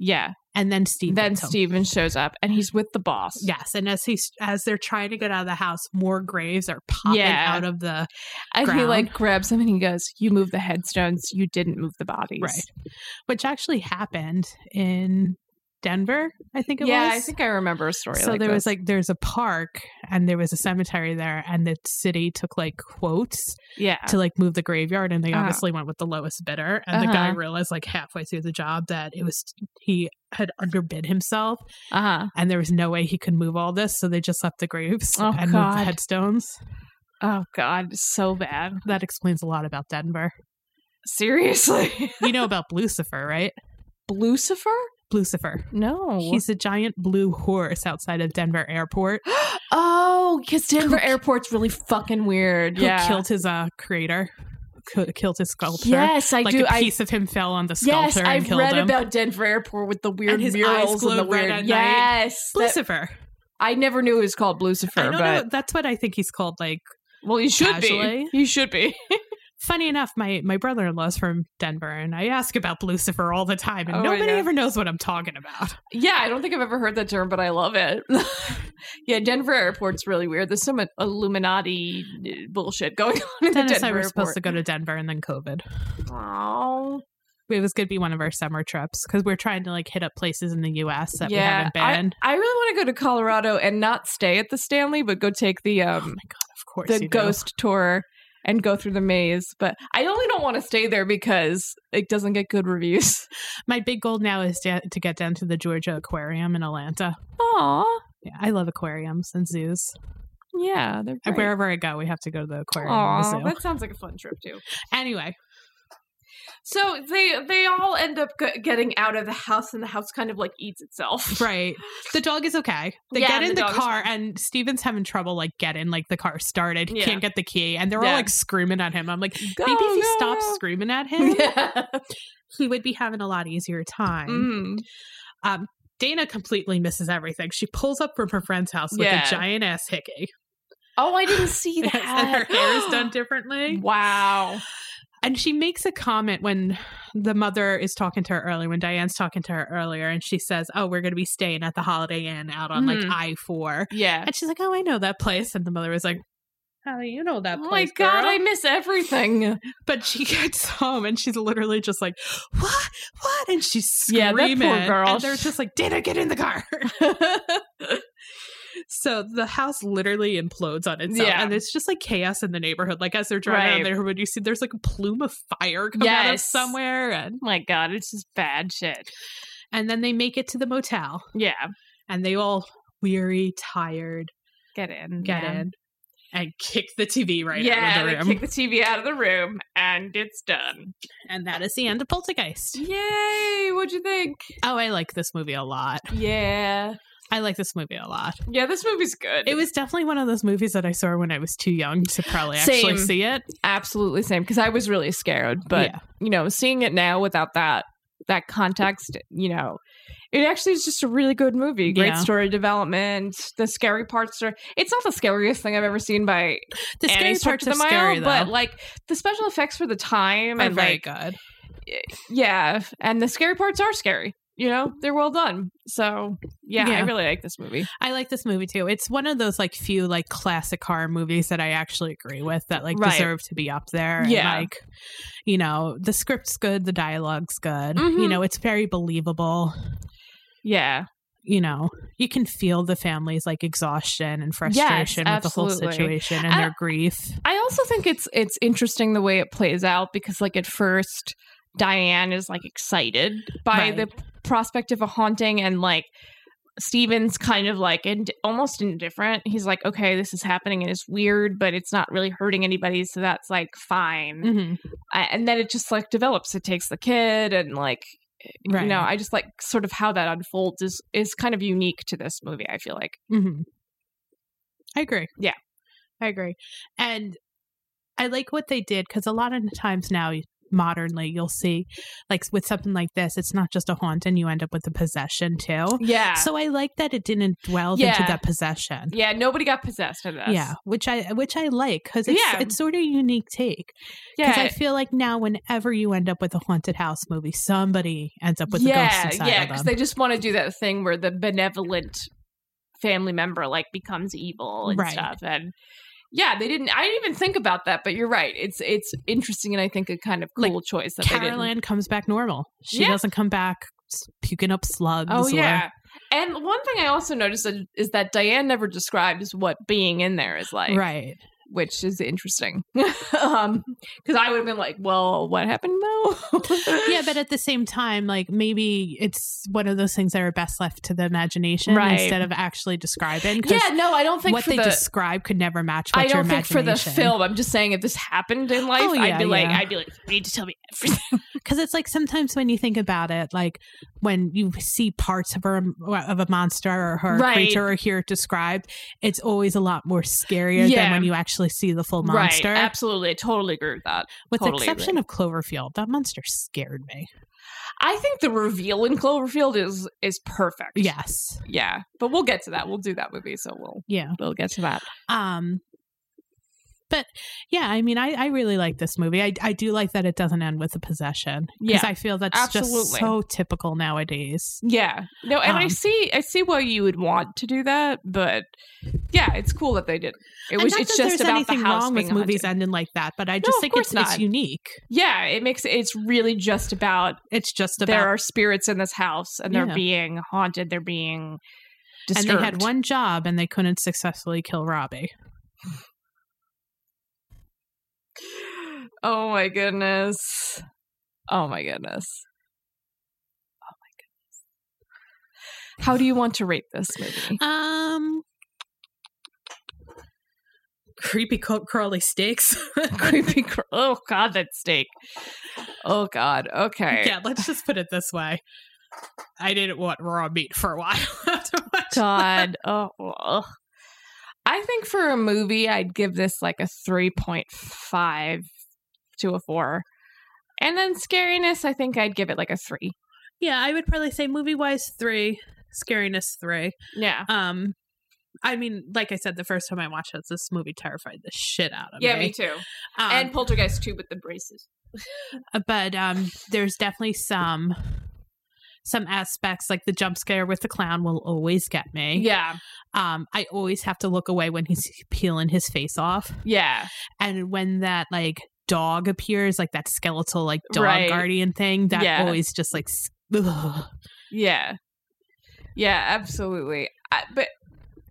yeah And then Steve. then gets home. Steven shows up and he's with the boss. Yes, and as he's as they're trying to get out of the house, more graves are popping Yeah. out of the And he ground. like grabs him and he goes, You move the headstones, you didn't move the bodies. right, which actually happened in Denver. I think it yeah, was. I think I remember a story. so like there this. was like there's a park and there was a cemetery there, and the city took like quotes Yeah. to like move the graveyard, and they Uh. Uh-huh. obviously went with the lowest bidder. And the guy realized like halfway through the job that it was he had underbid himself, Uh-huh. and there was no way he could move all this, so they just left the graves Oh, and moved God. the headstones. Oh god, it's so bad. That explains a lot about Denver. Seriously. <laughs> you know about Lucifer, right? Lucifer? Lucifer. No. He's a giant blue horse outside of Denver Airport <gasps> Oh, because Denver Airport's really fucking weird. who yeah. killed his uh, creator, K- killed his sculptor. yes, I like do. a I piece of him fell on the yes, sculptor and I've killed read him. about Denver Airport with the weird his eyes murals and the glow red weird. at night. yes, that- Lucifer. I never knew it was called Lucifer, I don't but know. That's what I think he's called. Like, well, you should Casually. be. You should be. funny enough, my my brother in law's from Denver, and I ask about Lucifer all the time, and Oh my nobody God. ever knows what I'm talking about. Yeah, I don't think I've ever heard that term, but I love it. <laughs> yeah, Denver airport's really weird. There's so much Illuminati uh, bullshit going <laughs> on in the Dennis Denver and I were airport. supposed to go to Denver, and then COVID. Oh, It was going to be one of our summer trips because we're trying to like hit up places in the U.S. that yeah. we haven't I- been. I, really want to go to Colorado and not stay at the Stanley, but go take the oh my um god! Of course, the you do. ghost tour and go through the maze. But I only don't want to stay there because it doesn't get good reviews. My big goal now is to, to get down to the Georgia Aquarium in Atlanta. Aw, Yeah, I love aquariums and zoos. yeah, they're And great. Wherever I go, we have to go to the aquarium Aw, and the zoo. that sounds like a fun trip too. Anyway, So they they all end up g- getting out of the house, and the house kind of like eats itself. <laughs> right. The dog is okay. They Yeah, get in the the, dog is car, and Steven's having trouble like getting like the car started. He Yeah. can't get the key, and they're Yeah. all like screaming at him. I'm like, Go, maybe if you go, stopped go. screaming at him, <laughs> Yeah. he would be having a lot easier time. Mm. Um, Dana completely misses everything. She pulls up from her friend's house with Yeah. a giant ass hickey, Oh, I <laughs> didn't see that. <gasps> and her hair is done differently. Wow. And she makes a comment when the mother is talking to her earlier, when Diane's talking to her earlier, and she says, Oh, we're going to be staying at the Holiday Inn out on Mhm. like I 4. Yeah. And she's like, Oh, I know that place. And the mother was like, How do you know that Oh my place? god, girl?" I miss everything. But she <laughs> gets home and she's literally just like, What? What? And she's Yeah, that poor screaming. girl. And they're just like, Dana, get in the <laughs> car. so the house literally implodes on itself. Yeah. And it's just like chaos in the neighborhood. Like as they're driving out Right. of the neighborhood, you see there's like a plume of fire coming out of Yes. somewhere. And <laughs> my god, it's just bad shit. and then they make it to the motel Yeah. and they all weary, tired. Get in. Get man. in. And kick the TV right yeah, out of the they room. kick the TV out of the room, and it's done. and that is the end of Poltergeist. Yay! What'd you think? Oh, I like this movie a lot. Yeah, I like this movie a lot. yeah. This movie's good. It was definitely one of those movies that I saw when I was too young to probably Same. actually see it. absolutely same because I was really scared, but Yeah. you know, seeing it now without that that context, you know, it actually is just a really good movie. Great Yeah. story development. The scary parts are. It's not the scariest thing I've ever seen by the scary any stretch parts of are the mile, scary though. but like the special effects for the time Are and very like good. yeah, and the scary parts are scary. You know, they're well done. So yeah, I Yeah. really like this movie. I like this movie too. It's one of those like few like classic horror movies that I actually agree with that like Right. deserve to be up there. and, Yeah. like you know, the script's good, the dialogue's good. Mhm. You know, it's very believable. Yeah, You know, you can feel the family's like exhaustion and frustration with the whole absolutely. situation and I- their grief. I also think it's it's interesting the way it plays out because like at first Diane is like excited by Right. the prospect of a haunting and like Steven's kind of like ind- almost indifferent. He's like, okay, this is happening and it's weird, but it's not really hurting anybody, so that's like fine. Mm. Mm-hmm. A- and then it just like develops. It takes the kid and like Right. you know, I just like sort of how that unfolds is is kind of unique to this movie. I feel like Mm-hmm. I agree. Yeah. I agree. And I like what they did because a lot of times now, modernly, you'll see like with something like this, it's not just a haunt and you end up with a possession too. yeah, So I like that it didn't dwell into Yeah. that possession. yeah. Nobody got possessed of this. Yeah, which I which I like because it's Yeah. it's sort of a unique take yeah. because I feel like now whenever you end up with a haunted house movie, somebody ends up with a yeah, ghost inside yeah, of them. because they just want to do that thing where the benevolent family member like becomes evil and Right. stuff, and yeah, they didn't. I didn't even think about that, but you're right. It's it's interesting, and I think a kind of cool Like, choice that they did. Caroline comes back normal. She Yeah. doesn't come back s- puking up slugs. Oh or- yeah, and one thing I also noticed is- is that Diane never describes what being in there is like, right. which is interesting. <laughs> um, because I would have been like, well, what happened though? <sighs> Yeah, but at the same time, like maybe it's one of those things that are best left to the imagination Right. instead of actually describing. 'cause <laughs> yeah, no, I don't think what for they the, describe could never match what I your don't think for imagination. <laughs> the film. I'm just saying if this happened in life, Oh, I'd yeah, be like, yeah. I'd be like, you need to tell me everything. because it's like sometimes when you think about it, like when you see parts of her of a monster or her Right. creature or hear it described, it's always a lot more scarier Yeah. than when you actually see the full <laughs> Right? monster. Absolutely, I totally agree with that. With totally the exception of Cloverfield, that monster scared me. I think the reveal in Cloverfield is is perfect. Yes, yeah. But we'll get to that. We'll do that movie. So we'll yeah. we'll get to that. Um, but yeah, I mean, I, I really like this movie. I, I do like that it doesn't end with a possession Yeah, because I feel that's just absolutely. so typical nowadays. Yeah. No, and I Um, see I see why you would want to do that, but yeah, it's cool that they did. It And was not that it's just there's about the anything house wrong being with movies haunted. ending like that, but I just of think course it's, it's not. unique. Yeah, it makes it's really just about It's just about there are spirits in this house and they're Yeah. being haunted they're and being disturbed they had one job and they couldn't successfully kill Robbie. oh my goodness oh my goodness oh my goodness how do you want to rate this <laughs> movie Um, creepy co- crawly <laughs> sticks. creepy cr- oh god that steak oh god okay <laughs> yeah, let's just put it this way. I didn't want raw meat for a while <laughs> after watching god oh ugh. i think for a movie i'd give this like a 3.5 to a 4 and then scariness i think i'd give it like a 3 Yeah, I would probably say movie wise three, scariness three. yeah Um, I mean, like I said, the first time I watched this, this movie terrified the shit out of Yeah, me. me too. Um, and Poltergeist too with the braces. but um, there's definitely some some aspects like the jump scare with the clown will always get me. Yeah, Um, I always have to look away when he's peeling his face off, yeah, and when that like dog appears, like that skeletal like dog Right. guardian thing, that Yeah. always just like. s- <laughs> Ugh. yeah, yeah. Absolutely. I, but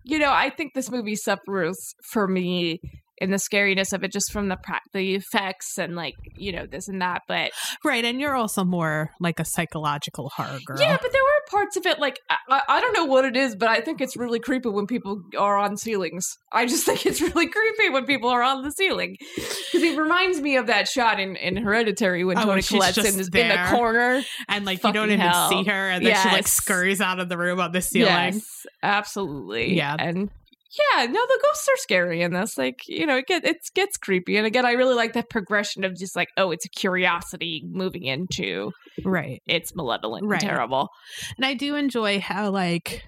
you know, I think this movie suffers for me and the scariness of it just from the pra- the effects and like you know this and that but Right, and you're also more like a psychological horror girl. yeah but there were parts of it like I- I, I don't know what it is but i think it's really creepy when people are on ceilings i just <laughs> think it's really creepy when people are on the ceiling because it reminds me of that shot in, in hereditary when Oh, when tony she's collette's just in, the- in there. the corner and like you don't Fucking even hell. see her, and then she like Yes. scurries out of the room on the ceiling. Yes, absolutely. Yeah. and yeah, no, the ghosts are scary in this. Like you know, it get it gets creepy. And again, I really like that progression of just like, oh, it's a curiosity moving into Right, it's malevolent, and Right. terrible. and I do enjoy how like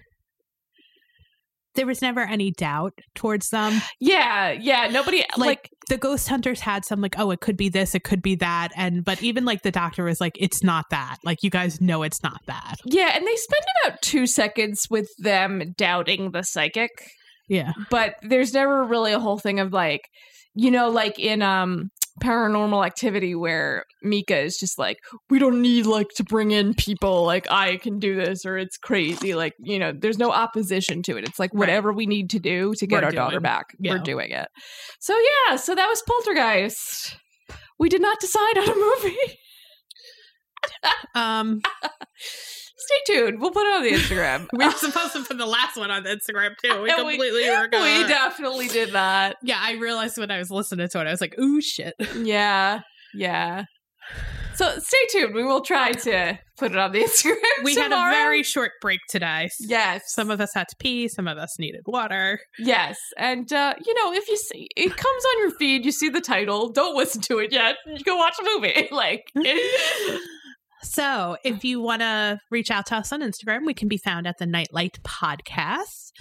there was never any doubt towards them. Yeah, yeah. Nobody Like, <sighs> like, the ghost hunters had some like, oh, it could be this, it could be that, and but even like the doctor was like, it's not that. Like you guys know it's not that. yeah, and they spend about two seconds with them doubting the psychic, Yeah, but there's never really a whole thing of like, you know, like in um. Paranormal activity where Mika is just like, we don't need like to bring in people like I can do this or it's crazy. Like, you know, there's no opposition to it. It's like Right. whatever we need to do to get We're our daughter doing- back, we're yeah. doing it. So yeah, so that was Poltergeist. We did not decide on a movie. <laughs> Mm. um, Stay tuned. We'll put it on the Instagram. <laughs> <laughs> we were supposed to put the last one on Instagram too. <laughs> We And <laughs> we- completely were we gone. definitely did that. yeah, I realized when I was listening to it, I was like, ooh, <laughs> shit. Yeah. Yeah. So stay tuned. We will try to put it on the <laughs> Instagram. We tomorrow. had a very short break today. yes. Some of us had to pee. Some of us needed water. Yes, and uh, you know, if you see it comes on your feed, you see the title. Don't listen to it yet. You go watch a movie. <laughs> Like, So, if you want to reach out to us on Instagram, we can be found at the Nightlight Podcast.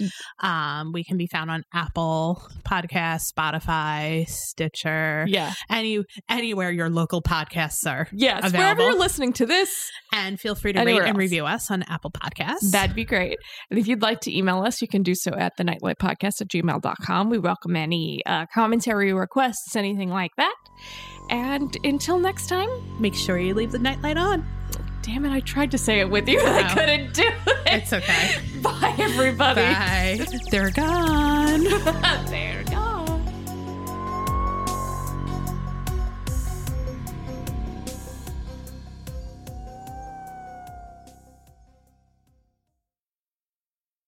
Um, we can be found on Apple Podcasts, Spotify, Stitcher, yeah, any anywhere your local podcasts are. yes. Wherever Available. you're listening to this, And feel free to Anywhere rate and else. review us on Apple Podcasts. that'd be great. And if you'd like to email us, you can do so at the nightlight podcast at gmail.com. We welcome any uh, commentary requests, anything like that. And until next time, Make sure you leave the nightlight on. damn it, I tried to say it with you, and I Oh. couldn't do it. <laughs> <laughs> It's okay. Bye, everybody. Bye. They're gone. They're gone.